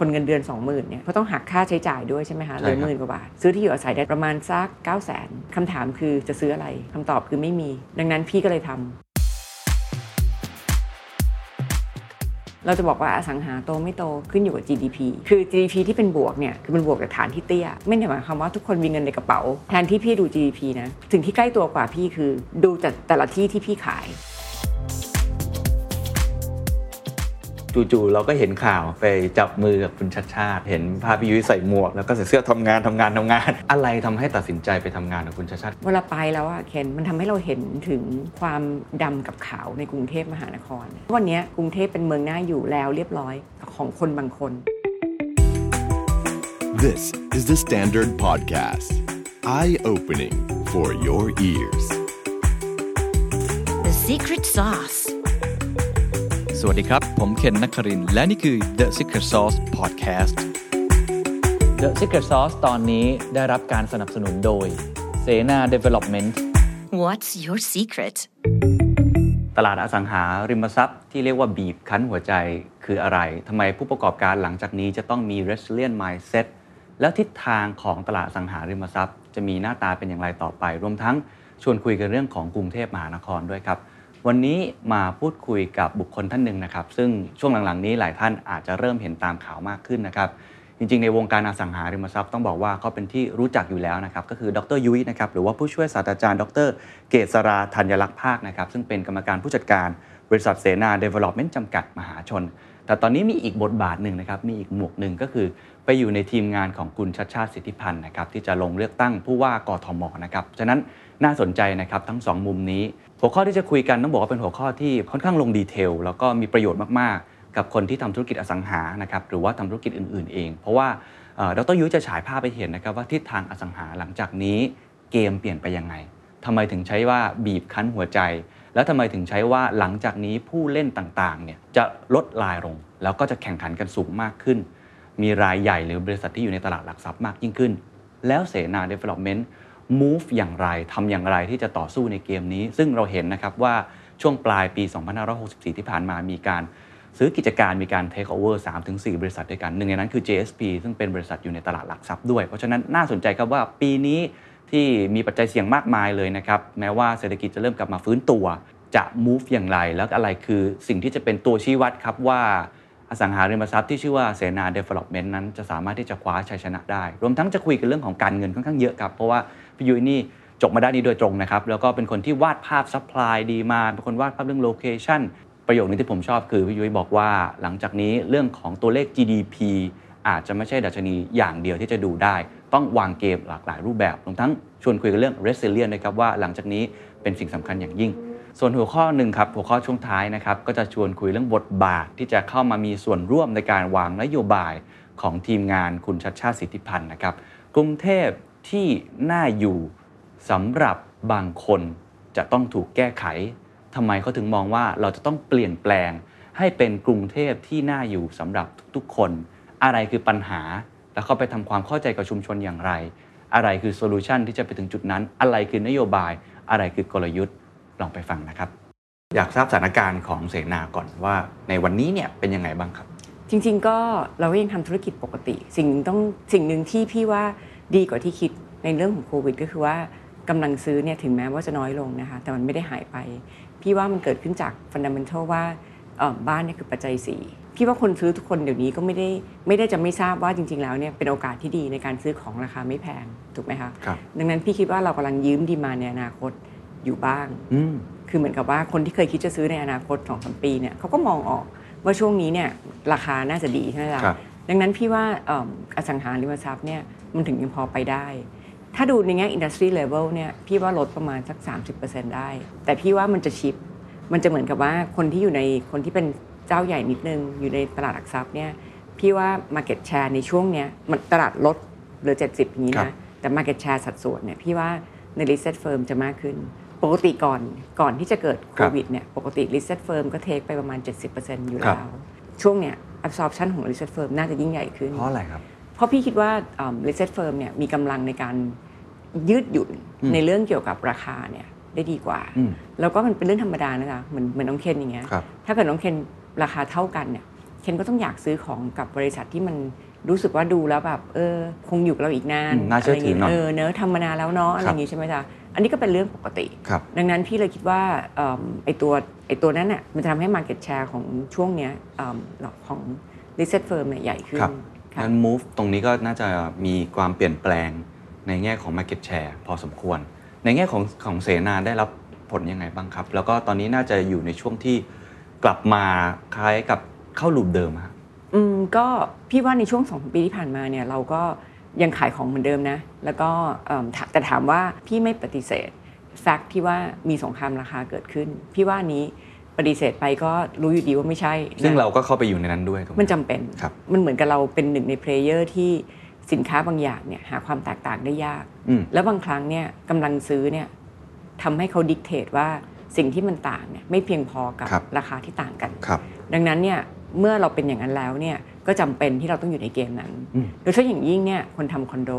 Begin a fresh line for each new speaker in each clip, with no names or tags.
คนเงินเดือน 20,000เนี่ยเขาต้องหักค่าใช้จ่ายด้วยใช่ไหมคะ
ใช่
เห
ครั
ลือห
บ
มื่นกว่าบาท ซื้อที่อยู่อาศัยได้ประมาณสัก 9 0 0 0 0 0คำถามคือจะซื้ออะไรคำตอบคือไม่มี ดังนั้นพี่ก็เลยทำ เราจะบอกว่าอสังหาโตไม่โตขึ้นอยู่กับ GDP คือ GDP ที่เป็นบวกเนี่ยคือมันบวกจากฐานที่เตี้ย ไม่ได้หมายความว่าทุกคนมีเงินในกระเป๋า แทนที่พี่ดู GDP นะสิ่งที่ใกล้ตัวกว่าพี่คือ ดูจากแต่ละที่ที่พี่ขาย
จู่ๆเราก็เห็นข่าวไปจับมือกับคุณชัดชาติ เห็นภาพพี่ยุ้ยใส่หมวก แล้วก็ใส่เสื้อทำงานทำงานทำงาน อะไรทำให้ตัดสินใจไปทำงานกับคุณชัดชาติ
เวลาไปแล้วอะเคนมันทำให้เราเห็นถึงความดำกับขาวในกรุงเทพมหานคร วันเนี้ยกรุงเทพเป็นเมืองหน้าอยู่แล้วเรียบร้อยของคนบางคน
This is the Standard Podcast. Eye opening for your ears.
The secret sauce.
สวัสดีครับ ผมเคนนักครินทร์และนี่คือ The Secret Sauce Podcast
The Secret Sauce ตอนนี้ได้รับการสนับสนุนโดย s e n a Development
What's your secret?
ตลาดอสังหาริมทรัพย์ที่เรียกว่าบีบคั้นหัวใจคืออะไรทำไมผู้ประกอบการหลังจากนี้จะต้องมี resilient mindset แล้วทิศทางของตลาดอสังหาริมทรัพย์ จะมีหน้าตาเป็นอย่างไรต่อไป รวมทั้งชวนคุยกันเรื่องของกรุงเทพมหานครด้วยครับ วันนี้มาพูดคุยกับบุคคลท่านหนึ่งนะครับ ซึ่งช่วงหลังๆนี้หลายท่านอาจจะเริ่มเห็นตามข่าวมากขึ้นนะครับ จริงๆ ในวงการอสังหาริมทรัพย์ต้องบอกว่าเขาเป็นที่รู้จักอยู่แล้วนะครับ ก็คือดรยุ้ยนะครับหรือว่าผู้ช่วยศาสตราจารย์ดรเกษราธัญลักษณ์ภาคนะครับ ซึ่งเป็นกรรมการผู้จัดการบริษัทเสนาเดเวล็อปเมนต์จำกัดมหาชน แต่ตอนนี้มีอีกบทบาทหนึ่งนะครับ มีอีกหมวกหนึ่งก็คือ ไปอยู่ในทีมงานของคุณชัดชาติสิทธิพันธ์นะครับที่จะลงเลือกตั้งผู้ว่ากทมนะครับฉะนั้นน่าสนใจนะครับทั้งสองมุมนี้ หัวข้อที่จะคุยกันต้องบอกว่าเป็นหัวข้อที่ค่อนข้างลงดีเทลแล้วก็มีประโยชน์มากๆ กับคนที่ทำธุรกิจอสังหานะครับหรือว่าทำธุรกิจอื่น ๆ เอง เพราะว่าเอ่อดรยุ้ยจะฉายภาพไปเห็นนะครับว่าทิศทางอสังหาหลังจากนี้เกมเปลี่ยนไปยังไงทำไมถึงใช้ว่าบีบคั้นหัวใจ แล้วทำไมถึงใช้ว่าหลังจากนี้ผู้เล่นต่างๆเนี่ยจะลดลายลง แล้วก็จะแข่งขันกันสูงมากขึ้น มีรายใหญ่หรือบริษัทที่อยู่ในตลาดหลักทรัพย์มากยิ่งขึ้น แล้วเสนา Development move อย่างไรทำอย่างไรที่จะต่อสู้ในเกมนี้ ซึ่งเราเห็นนะครับว่าช่วงปลายปี 2564 ที่ผ่านมามีการ ซื้อกิจการมีการ take over 3 4 บริษัทด้วยกันหนึ่งในนั้นคือ JSP ซึ่งเป็นบริษัทอยู่ในตลาดหลักทรัพย์ด้วย เพราะฉะนั้นน่าสนใจครับว่าปีนี้ที่มีปัจจัยเสี่ยงมากมายเลยนะครับ แม้ว่าเศรษฐกิจจะเริ่มกลับมาฟื้นตัว จะ move อย่างไร แล้วอะไรคือสิ่งที่จะเป็นตัวชี้วัดครับว่าอสังหาริมทรัพย์ที่ชื่อว่าเสนา Development นั้นจะสามารถที่จะคว้าชัยชนะได้ รวมทั้งจะคุยกันเรื่องของการเงินค่อนข้างเยอะครับเพราะว่าพี่ยุ้ยนี่จบมาด้านนี้โดยตรงนะครับแล้วก็เป็นคนที่วาดภาพ supply ดีมาเป็นคนวาดภาพเรื่อง location ประโยคนึงที่ผมชอบคือพี่ยุ้ยบอกว่าหลังจากนี้เรื่องของตัวเลข GDP อาจจะไม่ใช่ดัชนีอย่างเดียวที่จะดูได้ ต้องวางเกมหลากหลายรูปแบบรวมทั้งชวนคุยกันเรื่อง resilience นะครับว่าหลังจากนี้เป็นสิ่งสำคัญอย่างยิ่ง ส่วนหัวข้อหนึ่งครับหัวข้อช่วงท้ายนะครับก็จะชวนคุยเรื่องบทบาทที่จะเข้ามามีส่วนร่วมในการวางนโยบายของทีมงานคุณชัดชาติสิทธิพันธ์นะครับกรุงเทพที่น่าอยู่สำหรับบางคนจะต้องถูกแก้ไข ทำไมเขาถึงมองว่าเราจะต้องเปลี่ยนแปลง ให้เป็นกรุงเทพที่น่าอยู่สำหรับทุกๆคน อะไรคือปัญหา แล้วเขาไปทำความเข้าใจกับชุมชนอย่างไร อะไรคือโซลูชันที่จะไปถึงจุดนั้น อะไรคือนโยบาย อะไรคือกลยุทธ์ลองไปฟังนะครับ อยากทราบสถานการณ์ของเสนาก่อนว่า ในวันนี้เนี่ยเป็นยังไงบ้างครับ
จริงๆ ก็เราก็ยังทำธุรกิจปกติ สิ่งต้องสิ่งหนึ่งที่พี่ว่าดีกว่าที่คิดในเรื่องของโควิด ก็คือว่ากำลังซื้อเนี่ยถึงแม้ว่าจะน้อยลงนะคะ แต่มันไม่ได้หายไป พี่ว่ามันเกิดขึ้นจากฟันดัมเบ t a l ว่าเอ่อบ้านเนี่ยคือปัจจัยสี่พี่ว่าคนซื้อทุกคนเดี๋ยวนี้ก็ไม่ได้ไม่ได้จะไม่ทราบว่าจริง ๆ แล้วเนี่ยเป็นโอกาสที่ดีในการซื้อของราคาไม่แพงถูกไหมคะ
ครับ
ดังนั้นพี่คิดว่าเรากำลังยืมดีมาในอนาคตอยู่บ้าง
อืม
คือเหมือนกับว่าคนที่เคยคิดจะซื้อในอนาคต2อสมปีเนี่ยเขาก็มองออกว่าช่วงนี้เนี่ยราคาน่าจะดีใช่ไหมล่ะ
ครับ
ดังนั้นพี่ว่าเอิ่มอสังหาริมทรัพย์เนี่ยมันถึงยังพอไปได้ ถ้าดูในแง่ industry level เนี่ยพี่ว่าลดประมาณสัก 30%ได้ แต่พี่ว่ามันจะชิป มันจะเหมือนกับว่าคนที่อยู่ในคนที่เป็นเจ้าใหญ่นิดนึง อยู่ในตลาดหลักทรัพย์เนี่ยพี่ว่า market share ในช่วงเนี้ยมันตลาดลดเหลือ 70อย่างนี้
ครับ
นะ แต่ market share สัดส่วนเนี่ยพี่ว่าใน listed firm จะมากขึ้น ปกติก่อนก่อนที่จะเกิดโควิดเนี่ยปกติ listed firm ก็เทคไปประมาณ 70%อยู่
ครั
แล้
บ
ว ช่วงเนี้ย absorption ของ listed firm น่าจะยิ่งใหญ่ขึ้น
เพราะอะไรครับ
เพราะพี่คิดว่าเอ่อ listed firm เนี่ยมีกำลังในการยืดหยุ่น
อืม
ในเรื่องเกี่ยวกับราคาเนี่ยได้ดีกว่า
อืม
แล้วก็มันเป็นเรื่องธรรมดานะคะเหมือนเหมือนน้องเคนอย่างเงี้ย
ครับ
ถ้าเกิดน้องเคนราคาเท่ากันเนี่ยเค คนก็ต้องอยากซื้อของกับบริษัทที่มันรู้สึกว่าดูแล้วแบบเออคงอยู่กับเราอีกนาน
อืมน่าเชื่อถือหน่อย
เออเนอะทำมานานแล้วเนาะอะไรอย่างงี้ใช่ไหมจ๊ะอันนี้ก็เป็นเรื่องปกติ
ครับ
ดังนั้นพี่เลยคิดว่าเอิ่มไอตัวไอตัวนั้นน่ะมันจะทำให้ Market Share ของช่วงเนี้ยเอิ่มของ listed firm เนี่ยใหญ่ขึ้น
ครับ
ค่ะ
งั้น move ตรงนี้ก็น่าจะมีความเปลี่ยนแปลงในแง่ของ market share พอสมควร ในแง่ของของเสนาได้รับผลยังไงบ้างครับ แล้วก็ตอนนี้น่าจะอยู่ในช่วงที่กลับมาคล้ายกับเข้าลูปเดิมครับ
อืมก็พี่ว่าในช่วงสองปีที่ผ่านมาเนี่ยเราก็ยังขายของเหมือนเดิมนะ แล้วก็เอิ่มถแต่ถามว่าพี่ไม่ปฏิเสธแฟกต์ที่ว่ามีสงครามราคาเกิดขึ้น พี่ว่านี้ปฏิเสธไปก็รู้อยู่ดีว่าไม่ใช่นะ
ซึ่งเราก็เข้าไปอยู่ในนั้นด้วยถูกไห
มันจำเป็น
ครับ
มันเหมือนกับเราเป็นหนึ่งในเพลเยอร์ที่สินค้าบางอย่างเนี่ยหาความแตกต่างได้ยาก
อืม
แล้วบางครั้งเนี่ยกำลังซื้อเนี่ยทำให้เขาดิกเทตว่าสิ่งที่มันต่างเนี่ยไม่เพียงพอกับ
ครับ
ราคาที่ต่างกัน
ครับ
ดังนั้นเนี่ยเมื่อเราเป็นอย่างนั้นแล้วเนี่ยก็จำเป็นที่เราต้องอยู่ในเกมนั้น
อืม
โดยเฉพาะอย่างยิ่งเนี่ยคนทำคอนโด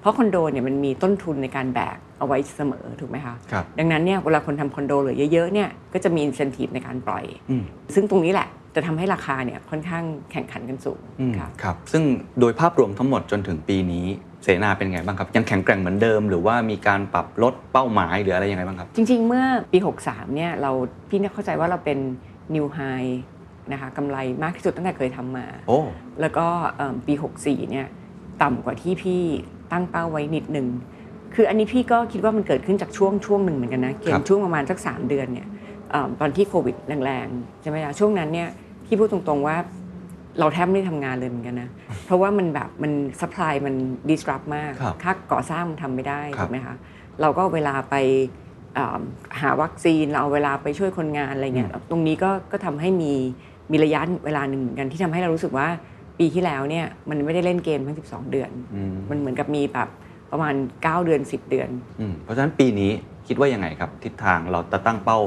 เพราะคอนโดเนี่ยมันมีต้นทุนในการแบกเอาไว้เสมอถูกไหมคะ
ครับ
ดังนั้นเนี่ยเวลาคนทำคอนโดเหลือเยอะๆเนี่ยก็จะมีอินเซนティブในการปล่อย
อืม
ซึ่งตรงนี้แหละจะทำให้ราคาเนี่ยค่อนข้างแข่งขันกันสูง
อืม
ค่ะ
ครับ ซึ่งโดยภาพรวมทั้งหมดจนถึงปีนี้เสนาเป็นไงบ้างครับ ยังแข็งแกร่งเหมือนเดิม หรือว่ามีการปรับลดเป้าหมายหรืออะไรยังไงบ้างครับ
จริงๆ เมื่อปี 63 เนี่ยเราพี่เนี่ยเข้าใจว่าเราเป็นนิวไฮนะคะกำไรมากที่สุดตั้งแต่เคยทำมา
โอ้
แล้วก็เอิ่มปี 64 เนี่ยต่ำกว่าที่พี่ตั้งเป้าไว้นิดหนึ่ง คืออันนี้พี่ก็คิดว่ามันเกิดขึ้นจากช่วงช่วงหนึ่งเหมือนกันนะเก
ครั
ม
บ
ช่วงประมาณสัก 3 เดือนเนี่ยเอิ่มตอนที่โควิดแรงๆ ใช่ไหมล่ะช่วงนั้นเนี่ยพี่พูดตรงๆว่าเราแทบไม่ได้ทำงานเลยเหมือนกันนะ เพราะว่ามันแบบมันสป라이มัน disrupt มาก
ครับ
ค่าก่อสร้างมันทำไม่ได้
ครับ
ถูกไหมคะเราก็เอาเวลาไปเอิ่มหาวัคซีนเราเอาเวลาไปช่วยคนงานอะไรเงี้ยตรงนี้ก็ก็ทำให้มีมีระยะเวลาหนึ่งเหมือนกันที่ทำให้เรารู้สึกว่าปีที่แล้วเนี่ยมันไม่ได้เล่นเกมทั้ง 12 เดือน
อืม
มันเหมือนกับมีแบบประมาณ 9 เดือน 10 เดือน
อืมเพราะฉะนั้นปีนี้คิดว่ายังไงครับ ทิศทางเราจะตั้งเป้า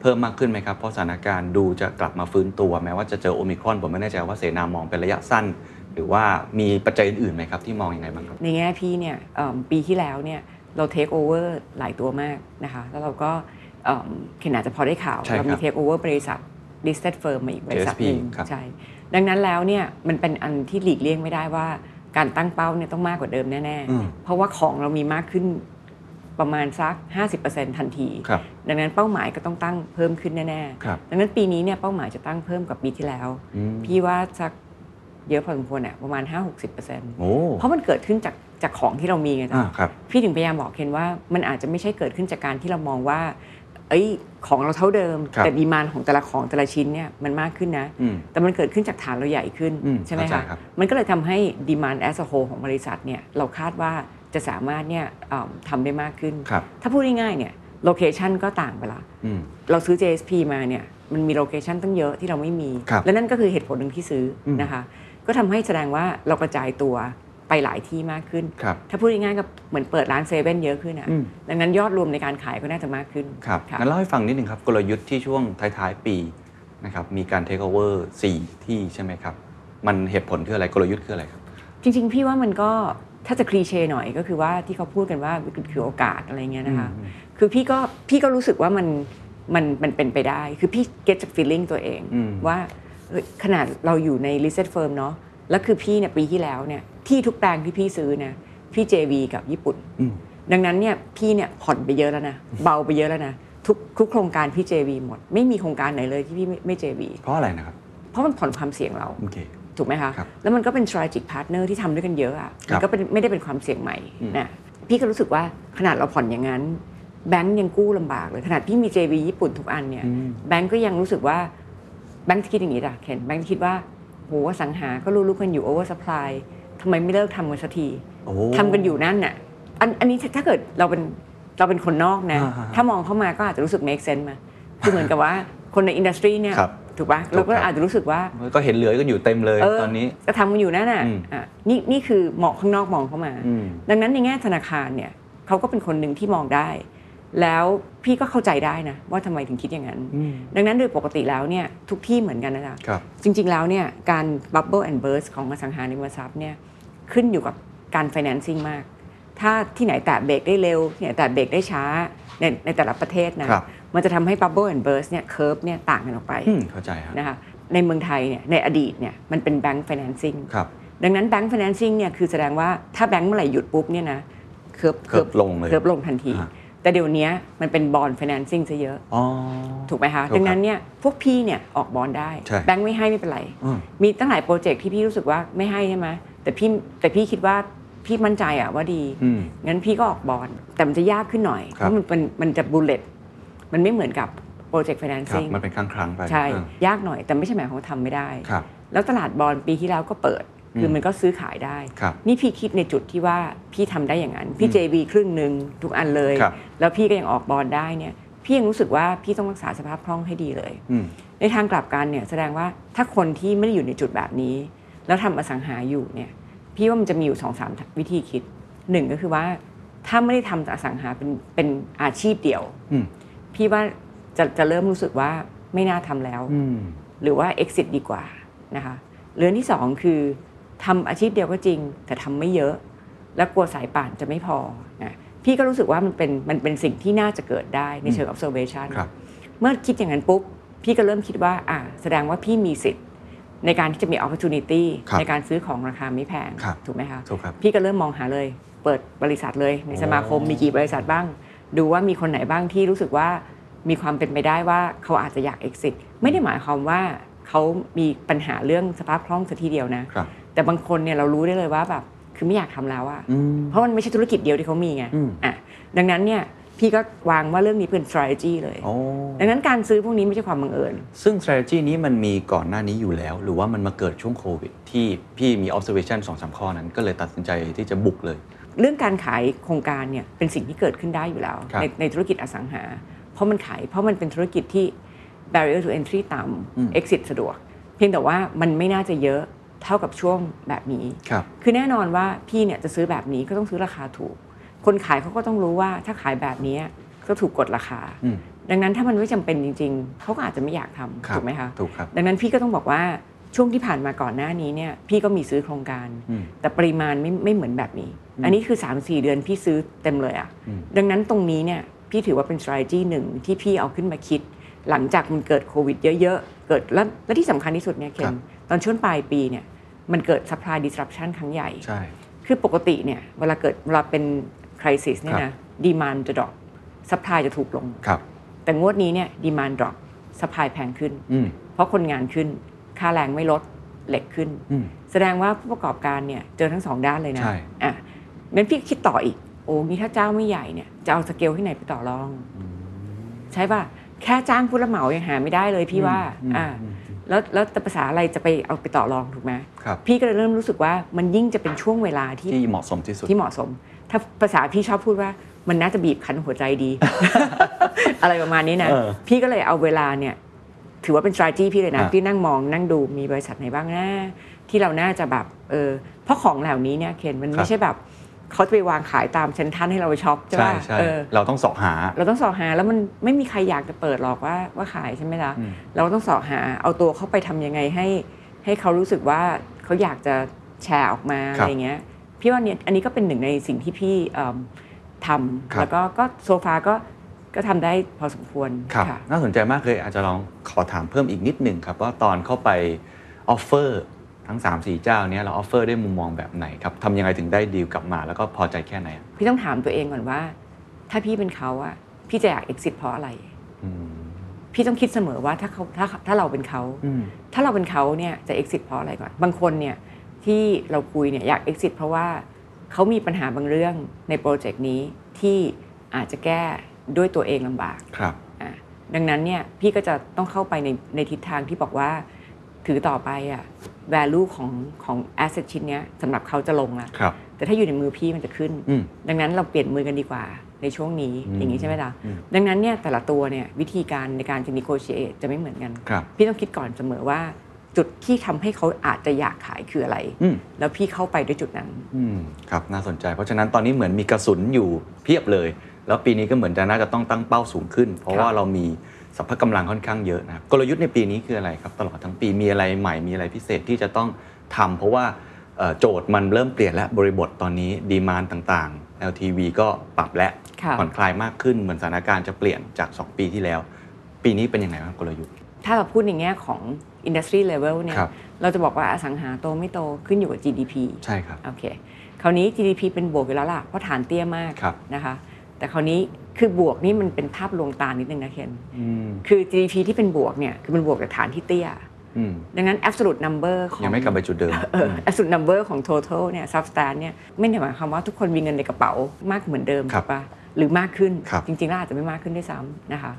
เพิ่มมากขึ้นไหมครับ เพราะสถานการณ์ดูจะกลับมาฟื้นตัว แม้ว่าจะเจอโอมิครอนผมไม่แน่ใจว่าเสนามองเป็นระยะสั้น หรือว่ามีปัจจัยอื่นๆไหมครับที่มองยังไงบ้างครับ
ในแง่พี่เนี่ยเอิ่มปีที่แล้วเนี่ยเราเทคโอเวอร์หลายตัวมากนะคะแล้วเราก็เอิ่มเขนอาจจะพอได้ข่าว
ใช่ครับ
เรามีเทคโอเวอร์บริษัท listed firm มาอีกบริษัท
JSP
หนึ่ง
ครับ
ใช่ดังนั้นแล้วเนี่ยมันเป็นอันที่หลีกเลี่ยงไม่ได้ว่าการตั้งเป้าเนี่ยต้องมากกว่าเดิมแน่
อืม
ๆ เพราะว่าของเรามีมากขึ้นประมาณสัก 50%ทันที
ครับ
ดังนั้นเป้าหมายก็ต้องตั้งเพิ่มขึ้นแน่
ครับ
ๆดังนั้นปีนี้เนี่ยเป้าหมายจะตั้งเพิ่มกับปีที่แล้ว
อืม
พี่ว่าสักเยอะพอสมควรอะประมาณ 5-60%เ
โอ้
เพราะมันเกิดขึ้นจากจากของที่เรามีไง
อ่า
จ๊ะ
ครับ
พี่ถึงพยายามบอกเคนว่ามันอาจจะไม่ใช่เกิดขึ้นจากการที่เรามองว่า เอ้ยของเราเท่าเดิม
ครับ
แต่ดีมานของแต่ละของแต่ละชิ้นเนี่ยมันมากขึ้นนะ
อืม
แต่มันเกิดขึ้นจากฐานเราใหญ่ขึ้น
อืม
ใช่ไหมคะ
เข้าใจครับ
มันก็เลยทำให้ดีมานแอสโ e ของบริษัทเนี่ยเราคาดว่าจะสามารถเนี่ยเอิ่มทำได้มากขึ้น
ครับ
ถ้าพูดง่ายๆเนี่ยโลเคชันก็ต่างไปละ
อืม
เราซื้อ JSP มาเนี่ยมันมีโลเคชันตั้งเยอะที่เราไม่มี
ครับ
และนั่นก็คือเหตุผลหนึ่งที่ซื้ออ
ม
นะคะ ก็ทำให้แสดงว่าเรากระจายตัวไปหลายที่มากขึ้น
ครับ
ถ้าพูดง่ายๆก็เหมือนเปิดร้านเซเว่นเยอะขึ้นอ่ะ
อืม
ดังนั้นยอดรวมในการขายก็น่าจะมากขึ้น
ครับ
ะ
งั้นเล่าให้ฟังนิดหนึ่งครับ กลยุทธ์ที่ช่วงท้าย ๆ ปีนะครับมีการเทคโอเวอร์สี่ที่ใช่ไหมครับ มันเหตุผลคืออะไรกลยุทธ์คืออะไรครับ
จริงๆ พี่ว่ามันก็ถ้าจะคลีเช่หน่อยก็คือว่าที่เขาพูดกันว่าวิกฤตคือโอกาสอะไรเงี้ยนะคะ
อืม
คือพี่ก็พี่ก็รู้สึกว่ามันมันมันเป็นไปได้ คือพี่เก็ตจากฟีลลิ่งตัวเอง
อืม
ว่าเฮ้ยขนาดเราอยู่ใน listed firm เนาะแล้วคือพี่เนี่ยปีที่แล้วเนี่ยที่ทุกแปลงที่พี่ซื้อนะพี่ JV กับญี่ปุ่น
อืม
ดังนั้นเนี่ยพี่เนี่ยผ่อนไปเยอะแล้วนะเบาไปเยอะแล้วนะทุกทุกโครงการพี่ JV หมด ไม่มีโครงการไหนเลยที่พี่ไม่ไม่ JV
เพราะอะไรนะครับ
เพราะมันผ่อนความเสี่ยงเรา
โอเค
ถูกไหมคะ
ครับ
แล้วมันก็เป็น strategic partner ที่ทำด้วยกันเยอะอ่ะ
ครั
มั
บ
นก็เป็นไม่ได้เป็นความเสี่ยงใหม่
อืม
นะ พี่ก็รู้สึกว่าขนาดเราผ่อนอย่างนั้น แบงก์ยังกู้ลำบากเลย ขนาดพี่มี JV ญี่ปุ่นทุกอันเนี่ย แบงก์ก็ยังรู้สึกว่า แบงก์คิดอย่างนี้จ้ะเคนแบงก์คิดว่าโหอสังหาก็รู้ๆกันอยู่ oversupply ทำไมไม่เลิกทำกันสักที
โอ้
ทำกันอยู่นั่นน่ะอันอันนี้ถ้าถ้าเกิดเราเป็นเราเป็นคนนอกนะ
อ่าฮะ
ถ้ามองเข้ามาก็อาจจะรู้สึก make sense มาคือเหมือนกับว่าคนในอินดัสทรีเนี่ย
ครับ
ถูกปะเราก็
ถูกครับ
อาจจะรู้สึกว่า
ก็เห็นเหลือกันอยู่เต็มเลย
เออ
ตอนนี้
ก็ทำกันอยู่นั่นน่ะ
อืม
อ่ะนี่นี่คือมองข้างนอกมองเข้ามา
อืม
ดังนั้นในแง่ธนาคารเนี่ยเขาก็เป็นคนหนึ่งที่มองได้ แล้วพี่ก็เข้าใจได้นะ ว่าทำไมถึงคิดอย่างนั้น
อืม
ดังนั้นโดยปกติแล้วเนี่ยทุกที่เหมือนกันนะจ๊ะ
ครับ
จริง ๆ แล้วเนี่ยการ Bubble and Burst ของอสังหาริมทรัพย์เนี่ยขึ้นอยู่กับการ financing มาก ถ้าที่ไหนแตะเบรกได้เร็ว ที่ไหนแตะเบรกได้ช้าในในแต่ละประเทศนะครับ มันจะทำให้ Bubble and Burst เนี่ย curve เนี่ยต่างกันออกไป
อืมเข้าใจครับ
นะคะ ในเมืองไทยเนี่ยในอดีตเนี่ยมันเป็นแบงก์ไฟแนนซิ่ง
ครับ
ดังนั้นแบงก์ไฟแนนซิ่งเนี่ยคือแสดงว่าถ้าแบงก์เมื่อไหร่หยุดปุ๊บเนี่ยนะเคิร์ฟ
เกือบลงเลย
เคิร์ฟลงทันที
อ่า
แต่เดี๋ยวเนี้ยมันเป็นบอลไฟแนนซิ่งซะเยอะ
อ๋อ
ถูกไหมคะ
ถูกครับ
ดังนั้นเนี่ยพวกพี่เนี่ยออกบอลได้
ใช่
แบงก์ไม่ให้ไม่เป็นไร
อืม
มีตั้งหลายโปรเจกต์ที่พี่รู้สึกว่าไม่ให้ใช่ไหมแต่พี่แต่พี่คิดว่าพี่มั่นใจอะว่าดี
อืม
งั้นพี่ก็ออกบอลแต่มันจะยากขึ้นหน่อย
ค
เพ
รับ
ราะมันเป็นมันจะบุลเลตมันไม่เหมือนกับโปรเจกต์
ครับ
financing
มันเป็นครั้งครั้งๆไป
ใช่
อืม
ยากหน่อยแต่ไม่ใช่หมายความว่าทำไม่ได้
ครับ
แล้วตลาดบอลปีที่แล้วก็เปิด คือ
ม
มันก็ซื้อขายได้
ครับ
นี่พี่คิดในจุดที่ว่าพี่ทำได้อย่างนั้น พี่
อืม
JB ครึ่งหนึ่งทุกอันเลย
ครับ
แล้วพี่ก็ยังออกบอลได้เนี่ยพี่ยังรู้สึกว่าพี่ต้องรักษาสภาพคล่องให้ดีเลย
อืม
ในทางกลับกันเนี่ยแสดงว่าถ้าคนที่ไม่ได้อยู่ในจุดแบบนี้ แล้วทำอสังหาอยู่เนี่ยพี่ว่ามันจะมีอยู่สองสามวิธีคิดหนึ่งก็คือว่าถ้าไม่ได้ทำอสังหาเป็นเป็นอาชีพเดียว
อืม
พี่ว่าจะจะเริ่มรู้สึกว่าไม่น่าทำแล้ว
อืม
หรือว่า exit ดีกว่านะคะเรื่องที่สองคือทำอาชีพเดียวก็จริง แต่ทำไม่เยอะ และกลัวสายป่านจะไม่พอนะพี่ก็รู้สึกว่ามันเป็นมันเป็นสิ่งที่น่าจะเกิดได้ในเชิง observation
ครับ
เมื่อคิดอย่างนั้นปุ๊บ พี่ก็เริ่มคิดว่าอ่ะแสดงว่าพี่มีสิทธิ์ ในการที่จะมี opportunity
ครับ
ในการซื้อของราคาไม่แพง
ครับ
ถูกไหมคะ
ถูกครับ
พี่ก็เริ่มมองหาเลย เปิดบริษัทเลยในสมาคม
โอ้
มีกี่บริษัทบ้าง ดูว่ามีคนไหนบ้างที่รู้สึกว่ามีความเป็นไปได้ว่าเขาอาจจะอยาก exit ไม่ได้หมายความว่าเขามีปัญหาเรื่องสภาพคล่องสัทีเดียวนะ
ครับ
แต่บางคนเนี่ยเรารู้ได้เลยว่าแบบคือไม่อยากทำแล้วอะ
อืม
เพราะมันไม่ใช่ธุรกิจเดียวที่เขามีไง
อืม
อ่ะดังนั้นเนี่ยพี่ก็วางว่าเรื่องนี้เป็น strategy เลย
โอ้
ดังนั้นการซื้อพวกนี้ไม่ใช่ความบังเอิญ
ซึ่ง strategy นี้มันมีก่อนหน้านี้อยู่แล้ว หรือว่ามันมาเกิดช่วงโควิด ที่พี่มี observation สองสามข้อนั้น ก็เลยตัดสินใจที่จะบุกเลย
เรื่องการขายโครงการเนี่ยเป็นสิ่งที่เกิดขึ้นได้อยู่แล้ว
ครับ
ในในธุรกิจอสังหา เพราะมันขายเพราะมันเป็นธุรกิจที่ barrier to entry ต่
อืม
ำ exit สะดวก เพียงแต่ว่ามันไม่น่าจะเยอะเท่ากับช่วงแบบนี้
ครับ
คือแน่นอนว่าพี่เนี่ยจะซื้อแบบนี้ก็ต้องซื้อราคาถูก คนขายเขาก็ต้องรู้ว่าถ้าขายแบบนี้ก็ถูกกดราคา
อืม
ดังนั้นถ้ามันไม่จำเป็นจริง ๆเขาก็อาจจะไม่อยากทำ
ครับ
ถูกไหมคะ
ถูกครับ
ดังนั้นพี่ก็ต้องบอกว่าช่วงที่ผ่านมาก่อนหน้านี้เนี่ยพี่ก็มีซื้อโครงการ
อืม
แต่ปริมาณไม่ไม่เหมือนแบบนี้ อันนี้คือ 3 4 เดือนพี่ซื้อเต็มเลยอะ่ะ
อืม
ดังนั้นตรงนี้เนี่ยพี่ถือว่าเป็น strategy หนึ่งที่พี่เอาขึ้นมาคิด หลังจากมันเกิดโควิดเยอะๆ เกิดและและที่สำคัญที่สุดเนี่ยเคนตอนช่วงปลายปีเนี่ยมันเกิด supply disruption ครั้งใหญ่
ใช่
คือปกติเนี่ยเวลาเกิดเวลาเป็น crisis เนี่ย
ครั
นะ
บ
demand จะ drop supply จะถูกลง
ครับ
แต่งวดนี้เนี่ย demand drop supply แพงขึ้น
อืม
เพราะคนงานขึ้นค่าแรงไม่ลดเหล็กขึ้น
อืม
แสดงว่าผู้ประกอบการเนี่ยเจอทั้งสองด้านเลยนะ
ใช่
อ่ะงั้นพี่คิดต่ออีก โอ้งี้ถ้าเจ้าไม่ใหญ่เนี่ยจะเอาสเกลที่ไหนไปต่อรอง ใช่ป่ะ แค่จ้างผู้รับเหมายังหาไม่ได้เลยพี่ว่า อ่า แล้วแล้วแต่ภาษาอะไรจะไปเอาไปต่อรองถูกไหม
ครับ
พี่ก็เลยเริ่มรู้สึกว่ามันยิ่งจะเป็นช่วงเวลาที่
ที่เหมาะสมที่สุด
ที่เหมาะสม ถ้าภาษาพี่ชอบพูดว่ามันน่าจะบีบคั้นหัวใจดี อะไรประมาณนี้นะ
เออ
พี่ก็เลยเอาเวลาเนี่ย ถือว่าเป็น strategy พี่เลยนะ
อ่ะ
พี่นั่งมองนั่งดูมีบริษัทไหนบ้างนะ ที่เราน่าจะแบบเออเพราะของเหล่านี้เนี่ยเคนมันไม่ใช่แบบเขาจะไปวางขายตามเซ็นทรันให้เราไปช็อปใช่
ใช่
ป่ะ
ใช่
เออ
เราต้องเสอบหา
เราต้องเสอหาแล้วมันไม่มีใครอยากจะเปิดหรอกว่าว่าขายใช่ไหมล่ะ
อืม
เราก็ต้องเสอหาเอาตัวเข้าไปทำยังไงให้ ให้เขารู้สึกว่าเขาอยากจะแชร์ออกมา
ครั
อะ
บ
ไรเงี้ยพี่ว่าเนี่ยอันนี้ก็เป็นหนึ่งในสิ่งที่พี่เอิ่มท
ค
ำ
รับ
แล้วก็ก็โซฟาก็ก็ทำได้พอสมควร
ครับ
ค่ะ
น่าสนใจมากเลยอาจจะลองขอถามเพิ่มอีกนิดหนึ่งครับ ว่าตอนเข้าไปออฟเฟอร์ทั้ง 3 4 เจ้าเนี้ยเราออฟเฟอร์ด้วยมุมมองแบบไหนครับทำยังไงถึงได้ดีลกลับมา แล้วก็พอใจแค่ไหนอะ
พี่ต้องถามตัวเองก่อนว่า ถ้าพี่เป็นเขาอะพี่จะอยาก exit เพราะอะไร
อืม
พี่ต้องคิดเสมอว่าถ้าเขาถ้าถ้าเราเป็นเขา
อืม
ถ้าเราเป็นเขาเนี่ยจะ exit เพราะอะไรก่อน บางคนเนี่ยที่เราคุยเนี่ยอยาก exit เพราะว่าเขามีปัญหาบางเรื่องในโปรเจกต์นี้ที่อาจจะแก้ด้วยตัวเองลำบาก
ครับ
อ่ะดังนั้นเนี่ยพี่ก็จะต้องเข้าไปในในทิศทางที่บอกว่าถือต่อไปอะ value ของของ asset ชิ้นเนี้ยสำหรับเขาจะลงละ
ครับ
แต่ถ้าอยู่ในมือพี่มันจะขึ้น
อืม
ดังนั้นเราเปลี่ยนมือกันดีกว่าในช่วงนี้
อืม
อย่างนี้ใช่ไหมล่ะ
อืม
ดังนั้นเนี่ยแต่ละตัวเนี่ยวิธีการในการจะ negotiate จะไม่เหมือนกัน
ครับ
พี่ต้องคิดก่อนเสมอว่า จุดที่ทำให้เขาอาจจะอยากขายคืออะไร
อืม
แล้วพี่เข้าไปด้วยจุดนั้น
อืม ครับ น่าสนใจ เพราะฉะนั้นตอนนี้เหมือนมีกระสุนอยู่เพียบเลย แล้วปีนี้ก็เหมือนจะน่าจะต้องตั้งเป้าสูงขึ้น เพราะ
ครับ
ว่าเรามีสัพพกำลังค่อนข้างเยอะนะครับกลยุทธ์ในปีนี้คืออะไรครับ ตลอดทั้งปีมีอะไรใหม่ มีอะไรพิเศษที่จะต้องทำเพราะว่าเอ่อโจทย์มันเริ่มเปลี่ยนและบริบทตอนนี้ดีมานต่างๆ LTV ก็ปรับและ
ค่ะ
ผ่อนคลายมากขึ้น เหมือนสถานการณ์จะเปลี่ยนจาก 2 ปีที่แล้ว ปีนี้เป็นยังไงบ้างกลยุทธ์
ถ้าเราพูดในแง่ของ industry level เนี่ย
ครับ
เราจะบอกว่าอสังหาโตไม่โตขึ้นอยู่กับ GDP
ใช่ครับ
โอเค คราวนี้ GDP เป็นบวกอยู่แล้วล่ะ เพราะฐานเตี้ยมาก
ครับ
นะคะ แต่คราวนี้คือบวกนี่มันเป็นภาพลวงตานิดนึงนะเคน
อืม
คือ GDP ที่เป็นบวกเนี่ยคือมันบวกจากฐานที่เตี้ย
อืม
ดังนั้น absolute number ของ
ยังไม่กลับไปจุดเดิม
เออ absolute number ของ total เนี่ย substance เนี่ยไม่ได้หมายความว่าทุกคนมีเงินในกระเป๋ามากเหมือนเดิม
ครับ
ถูกปะหรือมากขึ้น
ครับ
จริงๆแล้วอาจจะไม่มากขึ้นด้วยซ้ำนะคะ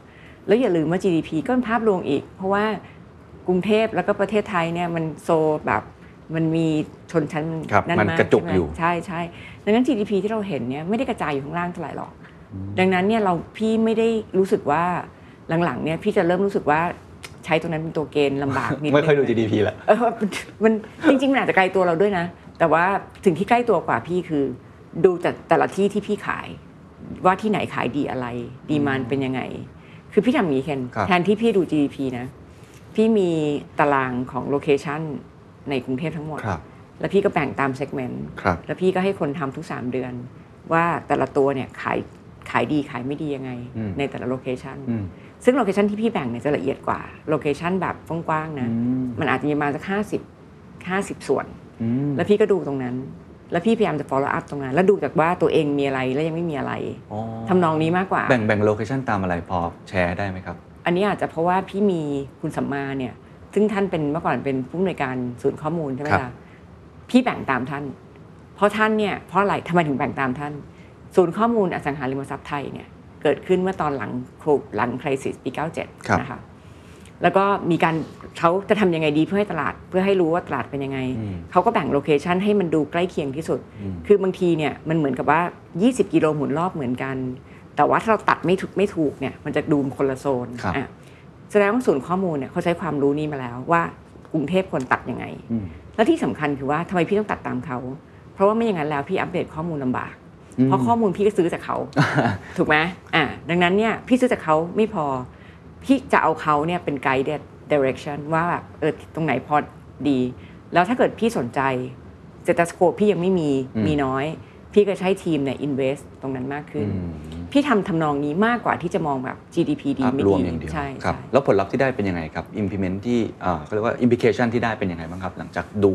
แล้วอย่าลืมว่า GDP ก็เป็นภาพรวมอีก เพราะว่ากรุงเทพแล้วก็ประเทศไทยเนี่ยมันโซแบบมันมีชนชั้น
ครับ
นั่น
มัน
มาก
ระจุก
ใช่ไหม
อยู่
ใช่ใช่ดังนั้น GDP ที่เราเห็นเนี่ยไม่ได้กระจายอยู่ข้างล่างเท่าไหร่หรอก ดังนั้นเนี่ยเราพี่ไม่ได้รู้สึกว่าหลังๆเนี่ยพี่จะเริ่มรู้สึกว่าใช้ตัวนั้นเป็นตัวเกณฑ์ลำบากนิดนึง
ไม่ค่อยดู GDP ละ
เออมันมันจริงๆมันอาจจะไกลตัวเราด้วยนะ แต่ว่าสิ่งที่ใกล้ตัวกว่าพี่คือ ดูแต่แต่ละที่ที่พี่ขาย ว่าที่ไหนขายดีอะไร ดีมานเป็นยังไง คือพี่ทำอย่างนี้เคน
ครับ
แทนที่พี่ดู GDP นะ พี่มีตารางของโลเคชันในกรุงเทพทั้งหมด
ครับ
แล้วพี่ก็แบ่งตามเซกเมนต์
ครับ
แล้วพี่ก็ให้คนทำทุก 3 เดือน ว่าแต่ละตัวเนี่ยขายขายดีขายไม่ดียังไง
อืม
ในแต่ละโลเคชัน
อืม
ซึ่งโลเคชันที่พี่แบ่งเนี่ยจะละเอียดกว่าโลเคชันแบบกว้างๆนะ มันอาจจะมีประมาณสักห้าสิบห้าสิบส่วน
อืม
แล้วพี่ก็ดูตรงนั้น แล้วพี่พยายามจะ follow up ตรงนั้น แล้วดูจากว่าตัวเองมีอะไรและยังไม่มีอะไร
อ๋อ
ทำนองนี้มากกว่า
แบ่งแบ่งโลเคชันตามอะไรพอแชร์ได้ไหมครับ
อันนี้อาจจะเพราะว่าพี่มีคุณสัมมาเนี่ย ซึ่งท่านเป็นเมื่อก่อนเป็นผู้อำนวยการศูนย์ข้อมูลใช่ไหม
ครั
ล่ะ
บ
พี่แบ่งตามท่าน เพราะท่านเนี่ยเพราะอะไรทำไมถึงแบ่งตามท่าน ศูนย์ข้อมูลอสังหาริมทรัพย์ไทยเนี่ยเกิดขึ้นเมื่อตอนหลังโควิดหลังคริสปี
ครับ
97 นะคะแล้วก็มีการเขาจะทำยังไงดีเพื่อให้ตลาดเพื่อให้รู้ว่าตลาดเป็นยังไง
อืม
เขาก็แบ่งโลเคชันให้มันดูใกล้เคียงที่สุด
อืม
คือบางทีเนี่ยมันเหมือนกับว่า 20 กิโลหมุนรอบเหมือนกัน แต่ว่าถ้าเราตัดไม่ถูกไม่ถูกเนี่ยมันจะดูมคนละโซน
ครับ
อ่ะแสดงว่าศูนย์ข้อมูลเนี่ยเขาใช้ความรู้นี้มาแล้วว่ากรุงเทพควรตัดยังไง
อืม
และที่สำคัญคือว่าทำไมพี่ต้องตัดตามเขา เพราะว่าไม่อย่างนั้นแล้วพี่อัปเดตข้อมูลลำบาก
อืม
เพราะข้อมูลพี่ก็ซื้อจากเขา ถูกไหมอ่าดังนั้นเนี่ยพี่ซื้อจากเขาไม่พอ พี่จะเอาเขาเนี่ยเป็นไกด์เด direction ว่าแบบเออตรงไหนพอดี แล้วถ้าเกิดพี่สนใจ s เต u s สโคพี่ยังไม่มี
อืม
มีน้อย พี่ก็ใช้ทีมเนี่ย invest ตรงนั้นมากขึ้น
อืม
พี่ทำทำนองนี้มากกว่าที่จะมองแบบ GDP ดี
ภาพ
ไม่
รวม
ดี
อย่างเดียว
ใช่
ครับ
ใช่
แล้วผลลัพธ์ที่ได้เป็นยังไงครับ implement ที่อ่าเขาเรียกว่า implication ที่ได้เป็นยังไงบ้างครับ หลังจากดู